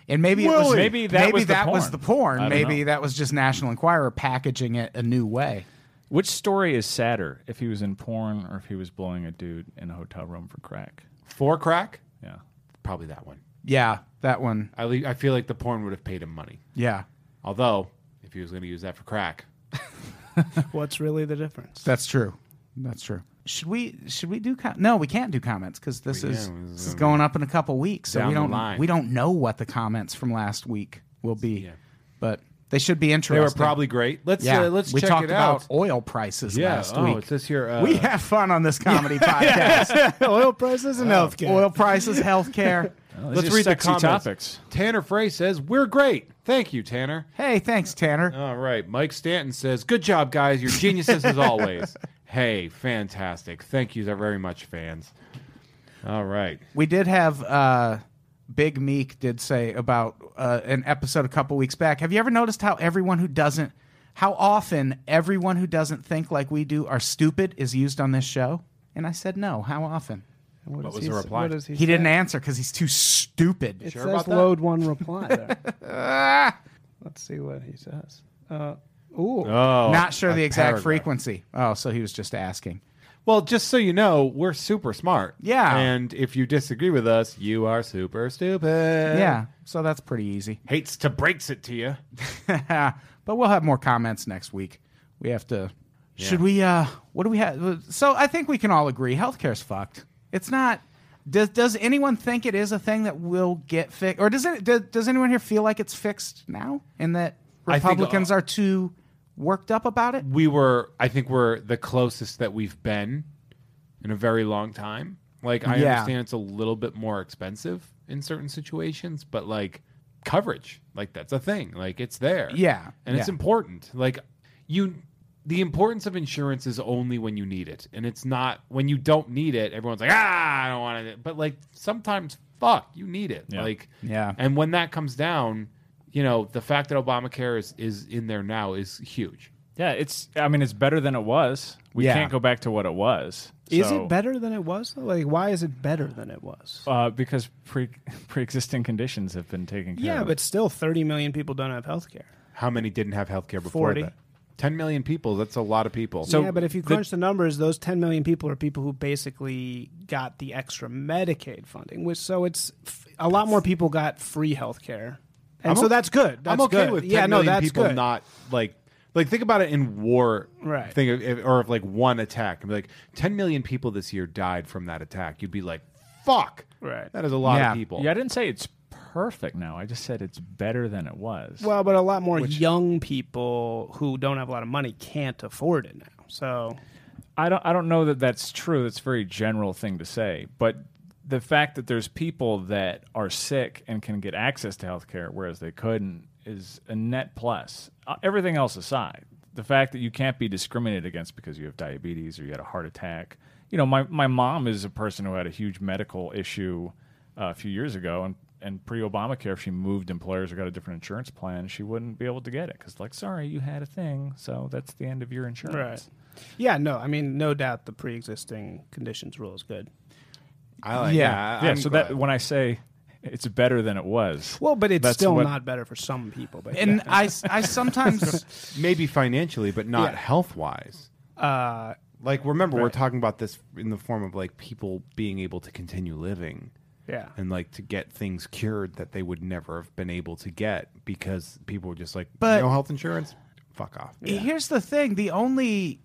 B: and maybe it was
E: Hmm. Really? Maybe that was the
B: that
E: porn.
B: was the porn.
E: I don't
B: Maybe
E: know.
B: that was just National Enquirer packaging it a new way.
E: Which story is sadder, if he was in porn or if he was blowing a dude in a hotel room for crack?
D: For crack?
E: Yeah.
D: Probably that one.
B: Yeah, that one.
D: I, le- I feel like the porn would have paid him money.
B: Yeah,
D: Although, if he was going to use that for crack,
C: What's really the difference?
B: that's true. That's true. Should we should we do com- no? We can't do comments because this is
D: yeah,
B: this is going up in a couple weeks, so
D: down
B: we
D: the
B: don't
D: line.
B: we don't know what the comments from last week will be,
D: Yeah.
B: but they should be
D: they
B: interesting.
D: were probably great. Let's
B: Yeah,
D: uh, let's
B: we
D: check
B: talked
D: it
B: about
D: out.
B: oil prices
D: yeah.
B: last
D: oh,
B: week.
D: it's this here. Uh,
B: we have fun
D: (laughs)
B: on this comedy podcast.
C: Oil prices and healthcare.
B: Oil prices,
D: (laughs)
B: healthcare.
D: let's read the
E: sexy
D: comments.
E: topics.
D: Tanner Frey says, We're great. Thank you, Tanner.
B: Hey, thanks, Tanner.
D: All right. Mike Stanton says, Good job, guys. You're geniuses as
B: (laughs)
D: always. Hey, fantastic. Thank you very much, fans. All right.
B: We did have uh, Big Meek did say about uh, an episode a couple weeks back. Have you ever noticed how everyone who doesn't, how often everyone who doesn't think like we do are stupid is used on this show? And I said no. How often?
C: What, does
D: was
C: he
D: the
C: say-
D: reply?
C: what does he
B: He didn't
C: say?
B: answer because he's too stupid.
C: It
D: Sure
C: says
D: about that?
C: load one reply there.
D: (laughs)
C: Let's see what he says. Uh, ooh.
D: Oh,
B: Not sure
D: a
B: the exact
D: paragraph.
B: frequency. Oh, so he was just asking.
D: Well, just so you know, we're super smart.
B: Yeah.
D: And if you disagree with us, you are super stupid.
B: Yeah, so that's pretty easy.
D: Hates to breaks it to you.
B: (laughs) but we'll have more comments next week. We have to. Should we? uh What do we have? So I think we can all agree healthcare's fucked. It's not. Does Does anyone think it is a thing that will get fixed, or does it? Does, does anyone here feel like it's fixed now, and that
D: I think,
B: Republicans
D: uh,
B: are too worked up about it?
D: We were, I think we're the closest that we've been in a very long time. Like, I
B: Yeah.
D: understand it's a little bit more expensive in certain situations, but like coverage, like that's a thing. Like, it's there.
B: Yeah.
D: And it's
B: Yeah.
D: important. Like, you. The importance of insurance is only when you need it, and it's not when you don't need it. Everyone's like, "Ah, I don't want it," but like sometimes, fuck, you need it.
E: Yeah.
D: Like,
B: Yeah.
D: And when that comes down, you know, the fact that Obamacare is, is in there now is huge.
E: Yeah, it's. I mean, it's better than it was. We
B: Yeah.
E: can't go back to what it was.
C: Is
E: So,
C: it better than it was? though? Like, why is it better than it was?
E: Uh, because pre (laughs) pre-existing conditions have been taken care
C: Yeah,
E: of.
C: but still, 30 million people don't have health care.
D: How many didn't have health care before
C: 40.
D: that? 10 million people. That's a lot of people.
E: So-
C: yeah, but if you crunch the, numbers, those 10 million people are people who basically got the extra Medicaid funding, which so it's f- a lot more people got free health care. And
D: I'm
C: so
D: o-
C: that's good. That's
D: I'm okay
C: good.
D: with 10
C: yeah, no,
D: million
C: that's
D: people
C: good.
D: not like like think about it in war
C: Right.
D: thing of- if- or if like one attack and be like 10 million people this year died from that attack. You'd be like, "Fuck."
C: Right.
D: That is a lot
B: Yeah.
D: of people.
E: yeah, I didn't say it's perfect. Now I just said it's better than it was.
C: Well, but a lot more young people who don't have a lot of money can't afford it now. So
E: I don't I don't know that that's true. That's a very general thing to say, but the fact that there's people that are sick and can get access to health care whereas they couldn't is a net plus. Uh, Everything else aside, the fact that you can't be discriminated against because you have diabetes or you had a heart attack. You know, my my mom is a person who had a huge medical issue uh, a few years ago and and pre Obamacare, if she moved employers or got a different insurance plan, she wouldn't be able to get it because, like, sorry, you had a thing, so that's the end of your insurance.
C: Right. Yeah, no, I mean, no doubt the pre existing conditions rule is good.
D: I like
E: Yeah.
D: that.
E: yeah.
D: I'm
E: so that
D: glad.
E: when I say it's better than it was,
C: Well, but it's
E: That's
C: still
E: what-
C: not better for some people. But
H: And I, s-
D: (laughs)
H: I sometimes
D: maybe financially, but not
C: Yeah.
D: health wise.
C: uh,
D: Like remember, we're talking about this in the form of like people being able to continue living
C: yeah,
D: and like to get things cured that they would never have been able to get because people were just like
B: But-
D: no health insurance. Fuck off.
B: Here's the thing: the only,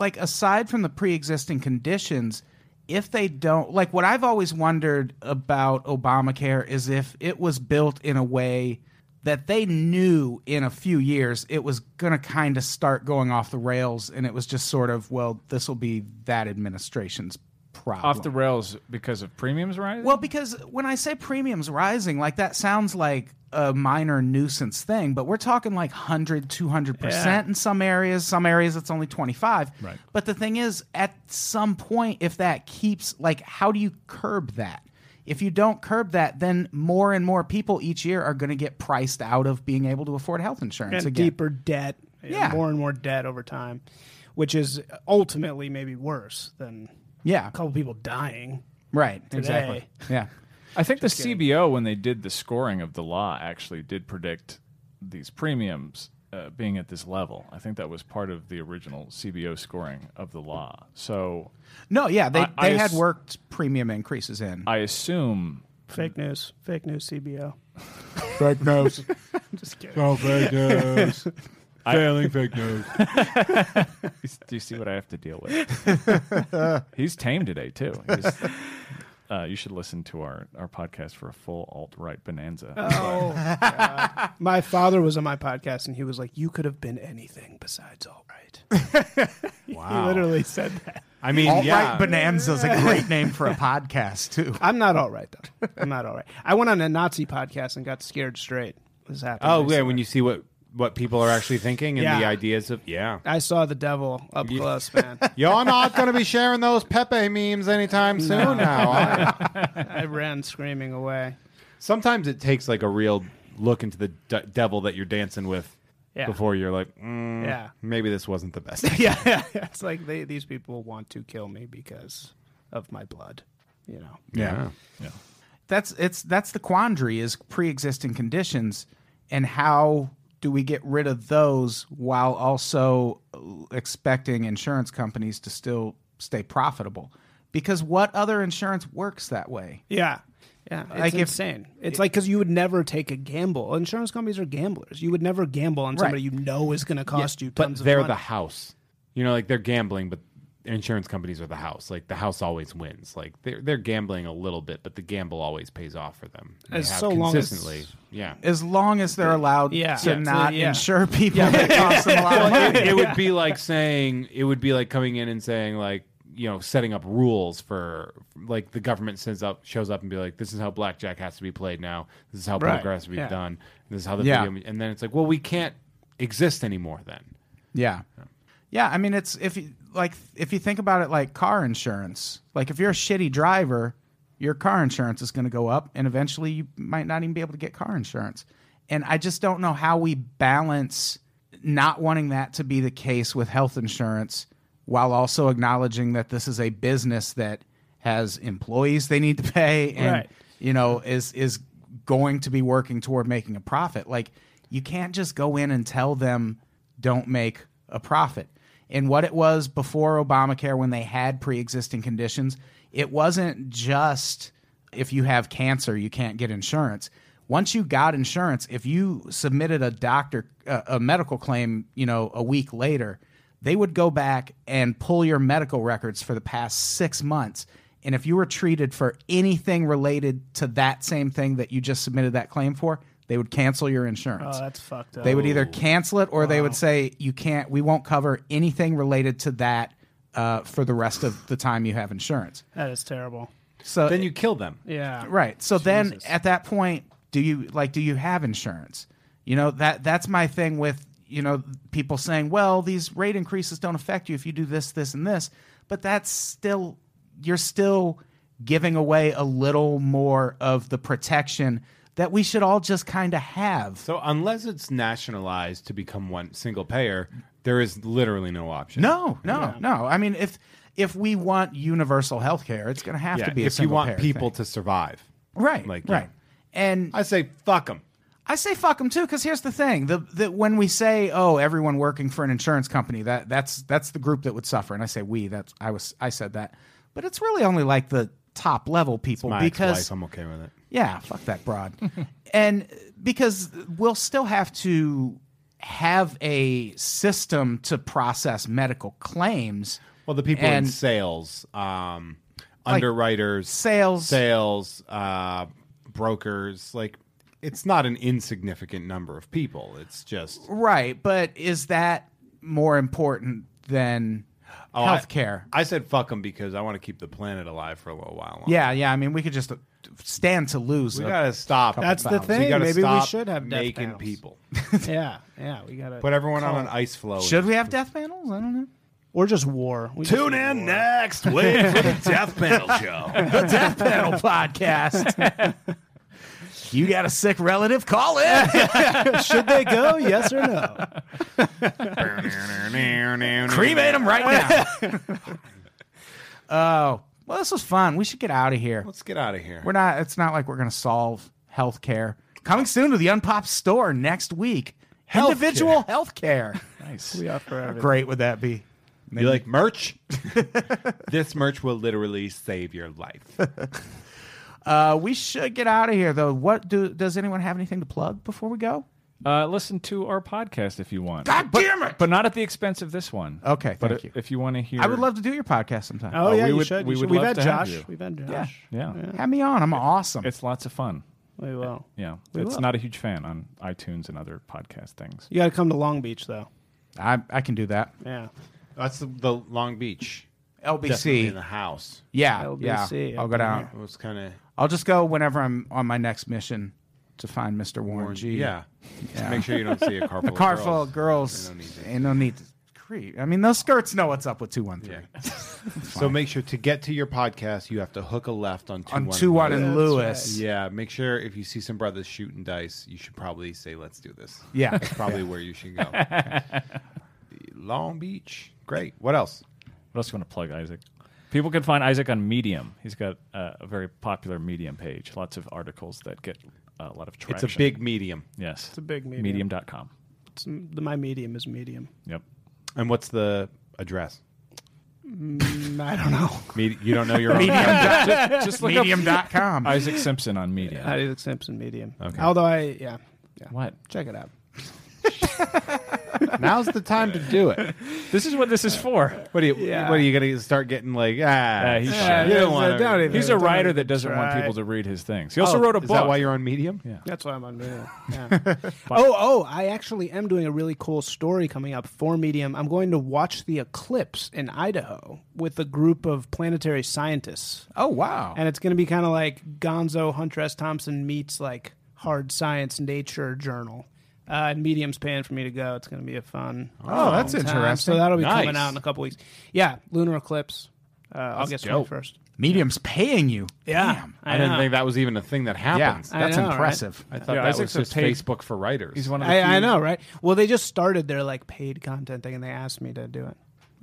B: like, aside from the pre-existing conditions, if they don't, like, what I've always wondered about Obamacare is if it was built in a way that they knew in a few years it was going to kind of start going off the rails, and it was just sort of, well, this will be that administration's problem.
E: off the rails because of premiums rising.
B: Well, because when I say premiums rising, like that sounds like a minor nuisance thing, but we're talking like 100, 200% in some areas. Some areas it's only 25. Right. But the thing is, at some point, if that keeps, like, how do you curb that? If you don't curb that, then more and more people each year are going to get priced out of being able to afford health insurance
C: and
B: again.
C: deeper debt, and
B: Yeah.
C: more and more debt over time, which is ultimately maybe worse than
B: Yeah.
C: a couple people dying.
B: Right. Exactly. Yeah.
E: I think the CBO, when they did the scoring of the law, actually did predict these premiums uh, being at this level. I think that was part of the original CBO scoring of the law. So
B: No, yeah. They,
E: I- I
B: they had
E: ass-
B: worked premium increases in.
E: I assume
C: Fake news, fake news, CBO.
H: fake news,
C: (laughs) Just kidding.
H: all fake
C: (laughs)
H: news, failing fake news.
E: Do you see what I have to deal with? He's tame today too. He's, uh, you should listen to our, our podcast for a full alt right bonanza.
C: Oh, God. my father was on my podcast and he was like, "You could have been anything besides all right." He literally said that.
D: I mean,
B: Alt
D: yeah.
B: Right Bonanza is a
D: (laughs)
B: great name for a podcast, too.
C: I'm not all right though. I'm not all right. I went on a Nazi podcast and got scared straight. This happened.
D: oh yeah,
C: recently.
D: when you see what what people are actually thinking and
C: Yeah.
D: the ideas of yeah.
C: I saw the devil up close, man.
D: You're not going to be sharing those Pepe memes anytime soon now. are
C: (laughs)
D: you?
C: I ran screaming away.
D: Sometimes it takes like a real look into the d- devil that you're dancing with
C: Yeah.
D: before you're like, mm,
C: Yeah. (laughs)
D: maybe this wasn't the best.
C: Yeah, yeah, yeah. It's like they, these people want to kill me because of my blood. You know.
D: yeah.
B: that's it's that's the quandary is pre-existing conditions and how do we get rid of those while also expecting insurance companies to still stay profitable because what other insurance works that way
C: Yeah. Yeah, it's
B: Like if-
C: insane. it's like because you would never take a gamble. Insurance companies are gamblers. You would never gamble on somebody you know is going to cost you
D: But
C: tons of
D: they're
C: money. Oh,
D: the house. You know, like they're gambling, but insurance companies are the house. Like the house always wins. Like they're, they're gambling a little bit, but the gamble always pays off for them. They
C: As
D: have
C: so long as-
D: consistently. yeah.
C: (laughs)
B: as long as they're allowed
C: Yeah.
B: to
C: Yeah.
B: not
C: Yeah.
B: insure people that cost them a lot of money
D: it would be like saying it would be like coming in and saying like you know setting up rules for like the government sends up shows up and be like this is how blackjack has to be played now this is how
C: Right.
D: poker has to be
C: Yeah.
D: done this is how the
B: Yeah.
D: video and then it's like well we can't exist anymore then
B: Yeah. Yeah, I mean it's if you like if you think about it like car insurance. Like if you're a shitty driver, your car insurance is going to go up and eventually you might not even be able to get car insurance. And I just don't know how we balance not wanting that to be the case with health insurance while also acknowledging that this is a business that has employees they need to pay and
C: Right.
B: you know is is going to be working toward making a profit like you can't just go in and tell them don't make a profit and what it was before obamacare when they had pre-existing conditions it wasn't just if you have cancer you can't get insurance once you got insurance if you submitted a doctor uh, a medical claim you know a week later they would go back and pull your medical records for the past six months. And if you were treated for anything related to that same thing that you just submitted that claim for, they would cancel your insurance.
C: oh, that's fucked up.
B: they would either cancel it or they would say, you can't, we won't cover anything related to that uh, for the rest of the time you have insurance.
C: that is terrible.
B: So
D: then you kill them
C: Yeah.
B: (laughs) Right. So then at that point, do you like do you have insurance? You know, that that's my thing with, you know, people saying, "Well, these rate increases don't affect you if you do this, this and this." But that's still you're still giving away a little more of the protection that we should all just kind of have.
D: So unless it's nationalized to become one single payer, there is literally no option.
B: No, no, no. I mean, if if we want universal health care, it's going to have
D: Yeah,
B: to be a
D: if you
B: single
D: want
B: payer
D: people
B: thing.
D: to survive,
B: right,
D: like, yeah.
B: right, and
D: I say fuck them.
B: I say fuck them too, because here's the thing: the, the when we say, "Oh, everyone working for an insurance company," that that's that's the group that would suffer, and I say we. That's I was I said that, but it's really only like the top level people
D: My
B: because
D: ex-wife, I'm okay with it.
B: yeah, fuck that broad, (laughs) and because we'll still have to have a system to process medical claims.
D: Well, the people in
B: And-
D: sales, um, underwriters,
B: sales-
D: sales, uh, brokers, like it's not an insignificant number of people. It's just
B: Right, but is that more important than
D: Oh, I-
B: healthcare?
D: I, said fuck them because I want to keep the planet alive for a little while. longer.
B: yeah, yeah. I mean, we could just uh, stand to lose.
D: we
B: a-
D: gotta stop.
C: That's the
D: thousands.
C: thing.
D: gotta
C: Maybe we
D: stop
C: should have death
D: making
B: (laughs)
C: panels.
D: people.
C: yeah, yeah, we gotta.
D: Put everyone on an ice floe.
B: Should we have death panels? I don't know.
C: or just war. We just need war.
D: next (laughs) week for the death panel show.
B: The Death (laughs) Panel Podcast. (laughs) you got a sick relative? Call in. (laughs)
C: Should they go? (laughs) Yes or no?
B: Cremate them right now. (laughs) Oh, well, this was fun. We should get out of here.
D: (laughs) Let's get out of here.
B: We're not. It's not like we're going to solve healthcare. Coming soon to the Unpop store next week. Individual healthcare.
E: Nice.
C: We are forever.
B: Great would that be?
D: You like merch? (laughs) this merch will literally save your life.
B: Uh, we should get out of here though. What do does anyone have anything to plug before we go?
E: Uh, listen to our podcast if you want.
B: God damn it!
E: But not at the expense of this one.
B: Okay,
E: but
B: thank
E: i-
B: you.
E: If you want to hear,
B: I would love to do your podcast sometime.
C: Oh,
E: Uh,
C: yeah,
E: we
C: you
E: would-
C: should.
E: we
C: you
E: would
C: should. We've
E: love
C: had
E: to have
C: Josh.
E: you.
C: We've had Josh.
E: Yeah.
B: Have me on. I'm awesome.
E: It's lots of fun.
C: We will.
E: Yeah,
C: We
E: it's
C: will.
E: not a huge fan on iTunes and other podcast things.
C: You got to come to Long Beach though.
B: I I can do that.
C: Yeah.
D: That's the, the Long Beach. Definitely in the
B: LBC.
D: house.
B: Yeah,
C: LBC,
B: yeah. I'll go down.
D: It was kind of
B: I'll just go whenever I'm on my next mission to find Mr. Warren, G.
D: yeah. Just make sure you don't (laughs) see a car full of
B: Car
D: girls.
B: full of girls.
D: They don't need
B: Ain't no need to creep. I mean, those skirts know what's up with two one three.
D: Yeah. (laughs) so make sure to get to your podcast, you have to hook a left on two
B: On
D: one
B: two one
D: one.
B: and
C: That's
B: Lewis.
D: Yeah, make sure if you see some brothers shooting dice, you should probably say, "Let's do this."
B: Yeah.
D: that's probably where you should
E: (laughs)
D: go. Long Beach, great. What else?
E: What else do you want to plug, Isaac? People can find Isaac on Medium. He's got uh, a very popular Medium page. Lots of articles that get a lot of traction.
D: It's a big medium.
E: yes. It's
C: a big medium.
E: Medium.com.
C: It's, the, my medium is medium. (laughs)
E: Yep.
D: And what's the address?
C: Mm, I don't know. (laughs)
D: Medi- you don't know
E: (laughs)
D: your own.
E: just, just look up
B: Medium.com.
E: Isaac Simpson on Medium.
C: Isaac Simpson medium. Okay. Although I yeah yeah
E: What?
C: check it out.
D: Now's the time to do it.
E: This is what this is for.
D: What are you?
C: Yeah.
D: What are you gonna start getting like? Ah,
E: Uh, he's
D: ah,
E: shy.
D: you don't want
C: Don't even-
E: He's a
C: don't
E: writer
C: even
E: that doesn't want
C: try.
E: people to read his things. He also wrote a
D: Oh, Is
E: book.
D: that why you're on Medium? Yeah.
C: That's why I'm on Medium. Yeah. oh, oh, I actually am doing a really cool story coming up for Medium. I'm going to watch the eclipse in Idaho with a group of planetary scientists.
B: (laughs) Oh wow.
C: And it's going to be kind of like Gonzo Hunter S. Thompson meets like hard science nature journal. Uh, and Medium's paying for me to go. It's going to be a fun.
B: Oh, that's
C: time.
B: interesting.
C: So that'll be
D: Nice.
C: coming out in a couple weeks. Yeah, lunar eclipse. Uh, August
D: dope.
C: twenty first.
B: Medium's paying you. Damn.
D: I, didn't think that was even a thing that
B: Yeah,
D: happens.
C: I
B: that's
C: know, right?
B: impressive.
D: I thought
E: Yeah,
D: that
E: Isaac's
D: was just
E: a page-
D: Facebook for writers.
E: He's one of the
C: I, I
E: few-
C: know, right? Well, they just started their like paid content thing, and they asked me to do it.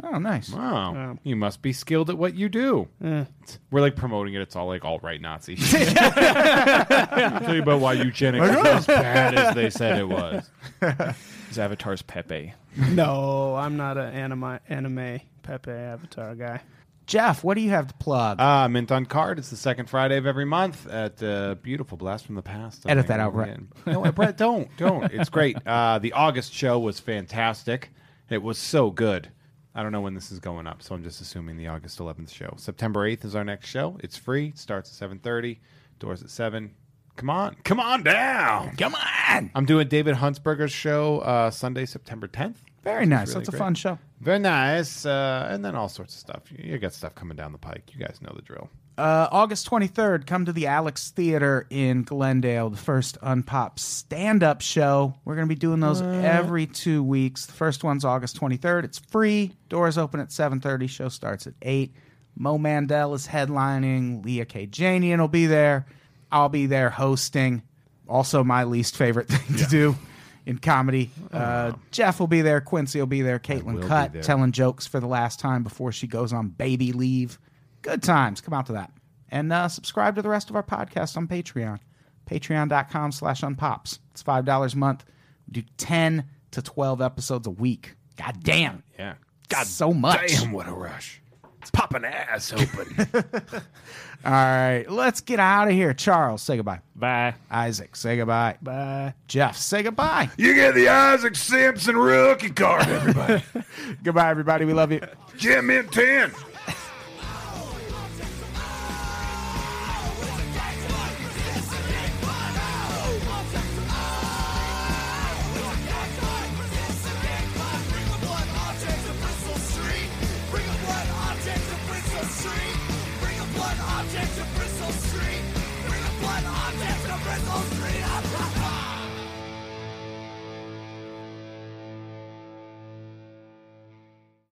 B: Oh, nice.
D: Wow. You must be skilled at what you do. We're like promoting it. It's all like alt right Nazi. shit. Tell you about why eugenics is as bad as they said it was.
E: His avatar's Pepe.
C: No, I'm not an anime anime Pepe Avatar guy.
B: Jeff, what do you have to plug?
D: Ah, Mint on Card. It's the second Friday of every month at uh, beautiful blast from the past. I
B: Edit
D: think,
B: that out,
D: over
B: Brett.
D: again. No, Brett, don't, don't. It's great. (laughs) Uh, the August show was fantastic. It was so good. I don't know when this is going up, so I'm just assuming the August 11th show. September 8th is our next show. It's free. It starts at 7:30. Doors at seven. Come on, come on down.
B: Come on.
D: I'm doing David Huntsberger's show uh, Sunday, September 10th.
B: Very nice.
D: really
B: that's a
D: great.
B: fun show.
D: Very nice, uh, and then all sorts of stuff. You, you got stuff coming down the pike. You guys know the drill.
B: Uh, August 23rd, come to the Alex Theater in Glendale, the first Unpop stand up show. We're going to be doing those every two weeks. The first one's August 23rd. It's free. Doors open at 7.30. Show starts at 8. Mo Mandel is headlining. Leah K. Janian will be there. I'll be there hosting. Also, my least favorite (laughs) thing to do in comedy. Uh, Jeff will be there. Quincy will be there. Caitlin
G: Oh, will be
B: Cut
G: there.
B: telling jokes for the last time before she goes on baby leave. Good times. Come out to that. And uh, subscribe to the rest of our podcast on Patreon. Patreon.com slash unpops. It's $5 a month. We do 10 to 12 episodes a week. God damn.
G: Yeah.
B: God, so much.
G: Damn, what a rush. It's popping ass open. (laughs)
B: All right, let's get out of here. Charles, say goodbye.
E: Bye.
B: Isaac, say goodbye.
C: Bye.
B: Jeff, say goodbye.
G: (laughs) you get the Isaac Simpson rookie card, everybody.
B: goodbye, everybody. We love you.
G: Jim in 10.
I: Bring a blood object to Bristol Street. (laughs) Bring a blood object to Bristol Street.